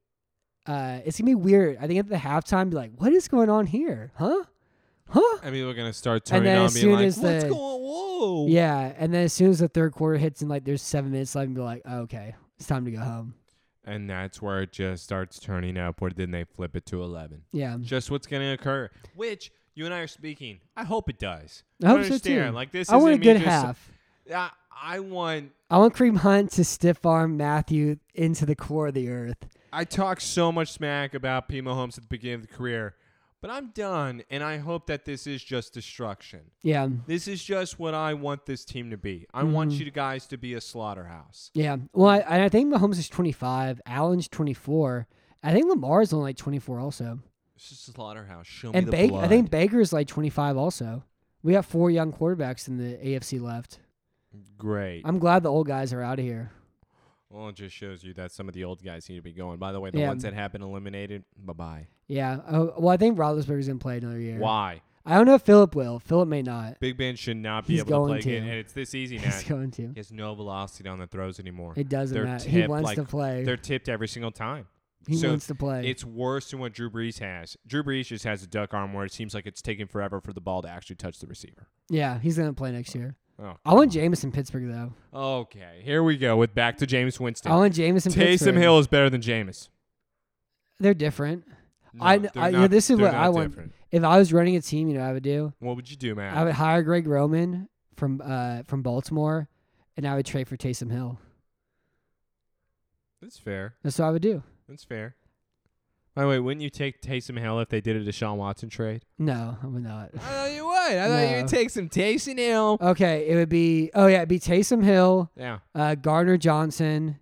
[SPEAKER 2] uh, it's gonna be weird. I think at the halftime, be like, what is going on here, huh? Huh?
[SPEAKER 3] I mean, we're going to start
[SPEAKER 2] And
[SPEAKER 3] turning
[SPEAKER 2] then
[SPEAKER 3] on
[SPEAKER 2] as
[SPEAKER 3] being
[SPEAKER 2] soon
[SPEAKER 3] like,
[SPEAKER 2] as
[SPEAKER 3] what's
[SPEAKER 2] the-
[SPEAKER 3] going Whoa.
[SPEAKER 2] Yeah, and then as soon as the third quarter hits and like there's seven minutes left, and be like, oh, okay, it's time to go home.
[SPEAKER 3] And that's where it just starts turning up, where then they flip it to 11.
[SPEAKER 2] Yeah,
[SPEAKER 3] just what's going to occur. Which you and I are speaking. I hope it does.
[SPEAKER 2] I hope
[SPEAKER 3] don't
[SPEAKER 2] so too.
[SPEAKER 3] understand. Like this,
[SPEAKER 2] I
[SPEAKER 3] isn't
[SPEAKER 2] want a
[SPEAKER 3] me
[SPEAKER 2] good
[SPEAKER 3] just-
[SPEAKER 2] half.
[SPEAKER 3] I, I want.
[SPEAKER 2] I want Cream Hunt to stiff arm Matthew into the core of the earth.
[SPEAKER 3] I talk so much smack about Pima Holmes at the beginning of the career, but I'm done, and I hope that this is just destruction.
[SPEAKER 2] Yeah,
[SPEAKER 3] This is just what I want this team to be. I want
[SPEAKER 2] Mm-hmm.
[SPEAKER 3] you guys to be a slaughterhouse.
[SPEAKER 2] yeah. Well, I, and I think Mahomes is 25, Allen's 24. I think Lamar's only like 24 also,
[SPEAKER 3] It's just a slaughterhouse. Show me
[SPEAKER 2] and
[SPEAKER 3] the
[SPEAKER 2] Baker. I
[SPEAKER 3] blood.
[SPEAKER 2] think Baker's like 25 also. We got four young quarterbacks in the AFC left.
[SPEAKER 3] Great.
[SPEAKER 2] I'm glad the old guys are out of here.
[SPEAKER 3] well, it just shows you that some of the old guys need to be going. By the way, the
[SPEAKER 2] Yeah.
[SPEAKER 3] ones that have been eliminated, bye bye.
[SPEAKER 2] Yeah. Oh, well, I think Roethlisberger's gonna play another year.
[SPEAKER 3] Why?
[SPEAKER 2] I don't know if Philip will. Philip may not.
[SPEAKER 3] Big Ben should not be
[SPEAKER 2] He's
[SPEAKER 3] able to play
[SPEAKER 2] going to.
[SPEAKER 3] again, and it's this easy now.
[SPEAKER 2] He's going to.
[SPEAKER 3] He has no velocity on the throws anymore.
[SPEAKER 2] It doesn't
[SPEAKER 3] They're
[SPEAKER 2] matter. he
[SPEAKER 3] tipped,
[SPEAKER 2] wants
[SPEAKER 3] like,
[SPEAKER 2] to play.
[SPEAKER 3] They're tipped every single time.
[SPEAKER 2] He
[SPEAKER 3] so
[SPEAKER 2] wants to play.
[SPEAKER 3] It's worse than what Drew Brees has. Drew Brees just has a duck arm where it seems like it's taking forever for the ball to actually touch the receiver.
[SPEAKER 2] yeah, he's gonna play next year.
[SPEAKER 3] Oh,
[SPEAKER 2] I want Jameis in Pittsburgh though.
[SPEAKER 3] okay, here we go with back to James Winston.
[SPEAKER 2] I want Jameis in
[SPEAKER 3] Taysom
[SPEAKER 2] Pittsburgh.
[SPEAKER 3] Hill is better than Jameis.
[SPEAKER 2] They're different.
[SPEAKER 3] No,
[SPEAKER 2] I,
[SPEAKER 3] they're
[SPEAKER 2] I you know,
[SPEAKER 3] not-
[SPEAKER 2] this is
[SPEAKER 3] they're
[SPEAKER 2] what
[SPEAKER 3] not
[SPEAKER 2] I want.
[SPEAKER 3] different.
[SPEAKER 2] If I was running a team, you know, what I would do.
[SPEAKER 3] What would you do, man?
[SPEAKER 2] I would hire Greg Roman from uh from Baltimore, and I would trade for Taysom Hill.
[SPEAKER 3] That's fair.
[SPEAKER 2] That's what I would do.
[SPEAKER 3] That's fair. By the way, wouldn't you take Taysom Hill if they did a Deshaun Watson trade?
[SPEAKER 2] No, I would not.
[SPEAKER 3] I thought you would. I
[SPEAKER 2] thought you would No.
[SPEAKER 3] take some Taysom Hill.
[SPEAKER 2] Okay, it would be oh yeah, it'd be Taysom Hill,
[SPEAKER 3] Yeah,
[SPEAKER 2] uh, Gardner Johnson,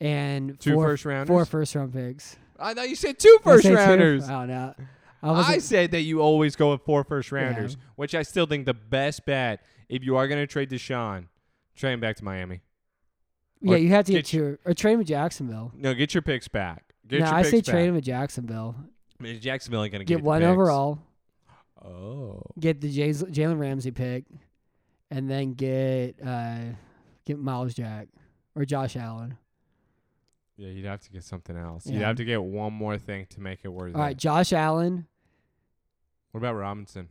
[SPEAKER 2] and
[SPEAKER 3] two
[SPEAKER 2] four,
[SPEAKER 3] first rounders.
[SPEAKER 2] four first round picks.
[SPEAKER 3] I thought you said two
[SPEAKER 2] Did I
[SPEAKER 3] first
[SPEAKER 2] say two?
[SPEAKER 3] rounders.
[SPEAKER 2] I don't know. I
[SPEAKER 3] I,
[SPEAKER 2] wasn't-
[SPEAKER 3] said that you always go with four first rounders,
[SPEAKER 2] Yeah.
[SPEAKER 3] which I still think the best bet if you are going to trade Deshaun, trade him back to Miami.
[SPEAKER 2] yeah,
[SPEAKER 3] or
[SPEAKER 2] you had to get
[SPEAKER 3] get
[SPEAKER 2] your or trade him to Jacksonville.
[SPEAKER 3] No, get your picks back. Get
[SPEAKER 2] no,
[SPEAKER 3] your
[SPEAKER 2] I
[SPEAKER 3] picks
[SPEAKER 2] say
[SPEAKER 3] back.
[SPEAKER 2] trade him to Jacksonville.
[SPEAKER 3] I mean, Jacksonville ain't going to
[SPEAKER 2] Get,
[SPEAKER 3] give you the
[SPEAKER 2] one
[SPEAKER 3] picks.
[SPEAKER 2] overall.
[SPEAKER 3] Oh,
[SPEAKER 2] Get the Jays- Jalen Ramsey pick, and then get uh, get Miles Jack or Josh Allen.
[SPEAKER 3] yeah. You'd have to get something else. You'd
[SPEAKER 2] Yeah.
[SPEAKER 3] have to get one more thing to make it worth
[SPEAKER 2] All right,
[SPEAKER 3] it.
[SPEAKER 2] Josh Allen,
[SPEAKER 3] What about Robinson?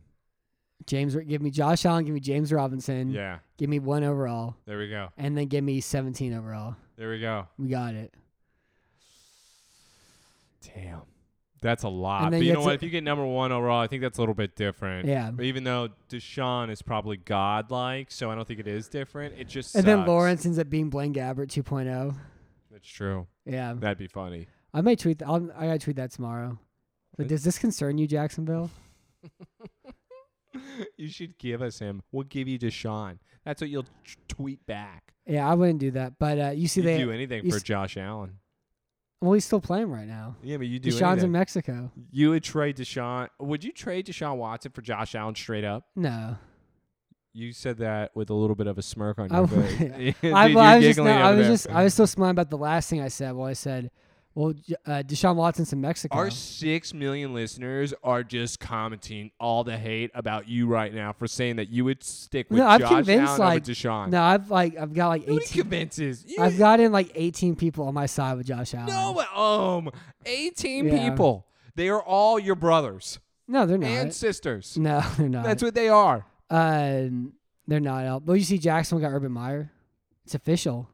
[SPEAKER 2] James. Give me Josh Allen. Give me James Robinson.
[SPEAKER 3] Yeah,
[SPEAKER 2] Give me one overall,
[SPEAKER 3] there we go.
[SPEAKER 2] and then give me 17 overall.
[SPEAKER 3] There we go.
[SPEAKER 2] We got it.
[SPEAKER 3] Damn. That's a lot.
[SPEAKER 2] And
[SPEAKER 3] But
[SPEAKER 2] then
[SPEAKER 3] you,
[SPEAKER 2] you
[SPEAKER 3] know
[SPEAKER 2] have
[SPEAKER 3] what?
[SPEAKER 2] to-
[SPEAKER 3] If you get number one overall, I think that's a little bit different.
[SPEAKER 2] Yeah.
[SPEAKER 3] But even though Deshaun is probably godlike, so I don't think it is different. It just
[SPEAKER 2] And then
[SPEAKER 3] sucks.
[SPEAKER 2] Lawrence ends up being Blaine Gabbert 2.0.
[SPEAKER 3] That's true.
[SPEAKER 2] Yeah,
[SPEAKER 3] That'd be funny.
[SPEAKER 2] I may tweet. Th- I'll, I gotta tweet that tomorrow. But does this concern you, Jacksonville?
[SPEAKER 3] You should give us him. We'll give you Deshaun. That's what you'll t- tweet back.
[SPEAKER 2] Yeah, I wouldn't do that. But uh, you see,
[SPEAKER 3] you
[SPEAKER 2] they
[SPEAKER 3] do anything
[SPEAKER 2] you
[SPEAKER 3] for
[SPEAKER 2] s-
[SPEAKER 3] Josh Allen.
[SPEAKER 2] well, he's still playing right now.
[SPEAKER 3] Yeah, but you do
[SPEAKER 2] Deshaun's in
[SPEAKER 3] anything.
[SPEAKER 2] Mexico.
[SPEAKER 3] you would trade Deshaun. Would you trade Deshaun Watson for Josh Allen straight up?
[SPEAKER 2] No,
[SPEAKER 3] You said that with a little bit of a smirk on
[SPEAKER 2] I-
[SPEAKER 3] your face. Dude,
[SPEAKER 2] I,
[SPEAKER 3] you're
[SPEAKER 2] I was just
[SPEAKER 3] giggling
[SPEAKER 2] not- I
[SPEAKER 3] over
[SPEAKER 2] was
[SPEAKER 3] there.
[SPEAKER 2] just I was still smiling about the last thing I said. Well, I said, well, J- uh, Deshaun Watson's in Mexico.
[SPEAKER 3] Our six million listeners are just commenting all the hate about you right now for saying that you would stick with
[SPEAKER 2] no, I'm
[SPEAKER 3] Josh
[SPEAKER 2] convinced.
[SPEAKER 3] Allen
[SPEAKER 2] Like
[SPEAKER 3] over Deshaun.
[SPEAKER 2] no, I've like I've got like
[SPEAKER 3] Nobody
[SPEAKER 2] eighteen.
[SPEAKER 3] convinces. You,
[SPEAKER 2] I've gotten like eighteen people on my side with Josh Allen.
[SPEAKER 3] no, but, um, eighteen
[SPEAKER 2] Yeah.
[SPEAKER 3] people. They are all your brothers
[SPEAKER 2] no, they're not.
[SPEAKER 3] and sisters.
[SPEAKER 2] no, they're not.
[SPEAKER 3] That's what they are.
[SPEAKER 2] Um, they're not out. But you see, Jacksonville got Urban Meyer. It's official.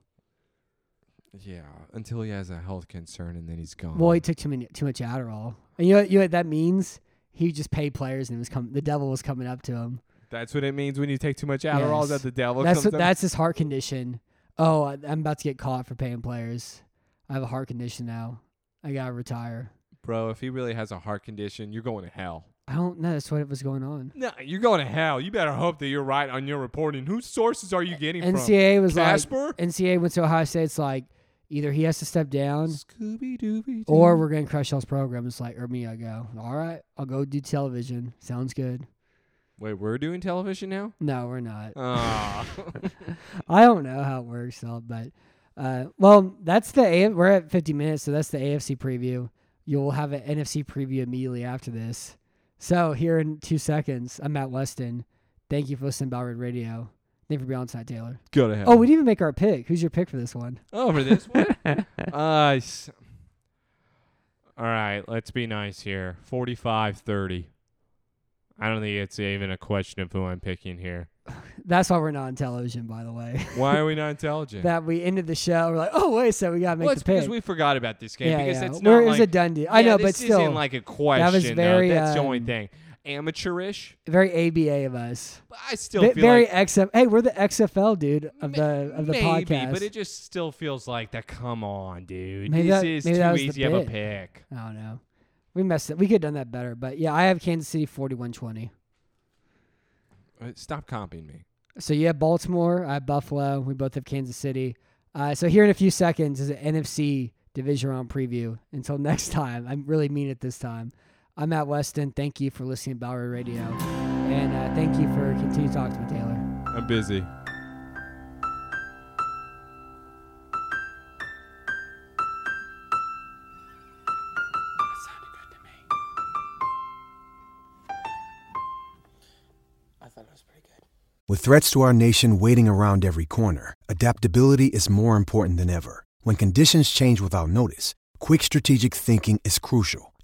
[SPEAKER 3] Yeah, until he has a health concern and then he's gone.
[SPEAKER 2] Well, he took too many, too much Adderall, and you know, you know what that means? He just paid players, and it was com- the devil was coming up to him.
[SPEAKER 3] that's what it means when you take too much Adderall.
[SPEAKER 2] Yes.
[SPEAKER 3] That the devil
[SPEAKER 2] that's
[SPEAKER 3] comes.
[SPEAKER 2] what,
[SPEAKER 3] up-
[SPEAKER 2] that's his heart condition. Oh, I, I'm about to get caught for paying players. I have a heart condition now. I gotta retire.
[SPEAKER 3] bro. If he really has a heart condition, you're going to hell.
[SPEAKER 2] I don't know. That's what was going on.
[SPEAKER 3] No, you're going to hell. You better hope that you're right on your reporting. Whose sources are you getting from?
[SPEAKER 2] NCAA was
[SPEAKER 3] Casper?
[SPEAKER 2] like NCAA went to Ohio State. It's like either he has to step down
[SPEAKER 3] Scooby Dooby.
[SPEAKER 2] or we're gonna crush y'all's program. It's like, or me, I go. All right, I'll go do television. Sounds good.
[SPEAKER 3] wait, we're doing television now.
[SPEAKER 2] No, we're not.
[SPEAKER 3] Ah,
[SPEAKER 2] I don't know how it works though, but uh, well, that's the A- we're at 50 minutes, so that's the AFC preview. You'll have an NFC preview immediately after this. So here in two seconds, I'm Matt Weston. Thank you for listening, to Ballard Radio. Thank you for being on side, Taylor.
[SPEAKER 3] go to hell.
[SPEAKER 2] Oh, we didn't even make our pick. Who's your pick for this one?
[SPEAKER 3] over this one. Uh, s- all right, let's be nice here. 45-30. I don't think it's even a question of who I'm picking here.
[SPEAKER 2] That's why we're not on television, by the way.
[SPEAKER 3] Why are we not intelligent?
[SPEAKER 2] that we ended the show. We're like, oh wait, so we gotta make
[SPEAKER 3] well,
[SPEAKER 2] the
[SPEAKER 3] it's
[SPEAKER 2] pick.
[SPEAKER 3] because we forgot about this game
[SPEAKER 2] yeah,
[SPEAKER 3] because
[SPEAKER 2] yeah.
[SPEAKER 3] it's
[SPEAKER 2] We're-
[SPEAKER 3] not
[SPEAKER 2] it was
[SPEAKER 3] like
[SPEAKER 2] a done deal. I
[SPEAKER 3] Yeah,
[SPEAKER 2] know,
[SPEAKER 3] this
[SPEAKER 2] but still,
[SPEAKER 3] isn't like a question.
[SPEAKER 2] very,
[SPEAKER 3] though. That's the only
[SPEAKER 2] um,
[SPEAKER 3] thing. Amateurish,
[SPEAKER 2] very ABA of us.
[SPEAKER 3] but I still
[SPEAKER 2] Ve-
[SPEAKER 3] feel
[SPEAKER 2] very
[SPEAKER 3] like
[SPEAKER 2] XF. Hey, we're the XFL dude of
[SPEAKER 3] Ma-
[SPEAKER 2] the of the
[SPEAKER 3] maybe,
[SPEAKER 2] podcast.
[SPEAKER 3] but it just still feels like that. Come on, dude.
[SPEAKER 2] Maybe
[SPEAKER 3] this
[SPEAKER 2] that-
[SPEAKER 3] is
[SPEAKER 2] maybe that
[SPEAKER 3] too
[SPEAKER 2] was the
[SPEAKER 3] easy of a
[SPEAKER 2] bid.
[SPEAKER 3] pick.
[SPEAKER 2] I don't know. We messed up. We could have done that better. But yeah, I have Kansas City 41 20.
[SPEAKER 3] Uh, Stop comping me.
[SPEAKER 2] So you have Baltimore. I have Buffalo. We both have Kansas City. Uh, so here in a few seconds is an NFC division round preview. Until next time, I really mean it this time. I'm Matt Weston. Thank you for listening to Bowery Radio. And uh, thank you for continuing to talk to me, Taylor.
[SPEAKER 3] I'm busy.
[SPEAKER 4] With threats to our nation waiting around every corner, adaptability is more important than ever. When conditions change without notice, quick strategic thinking is crucial,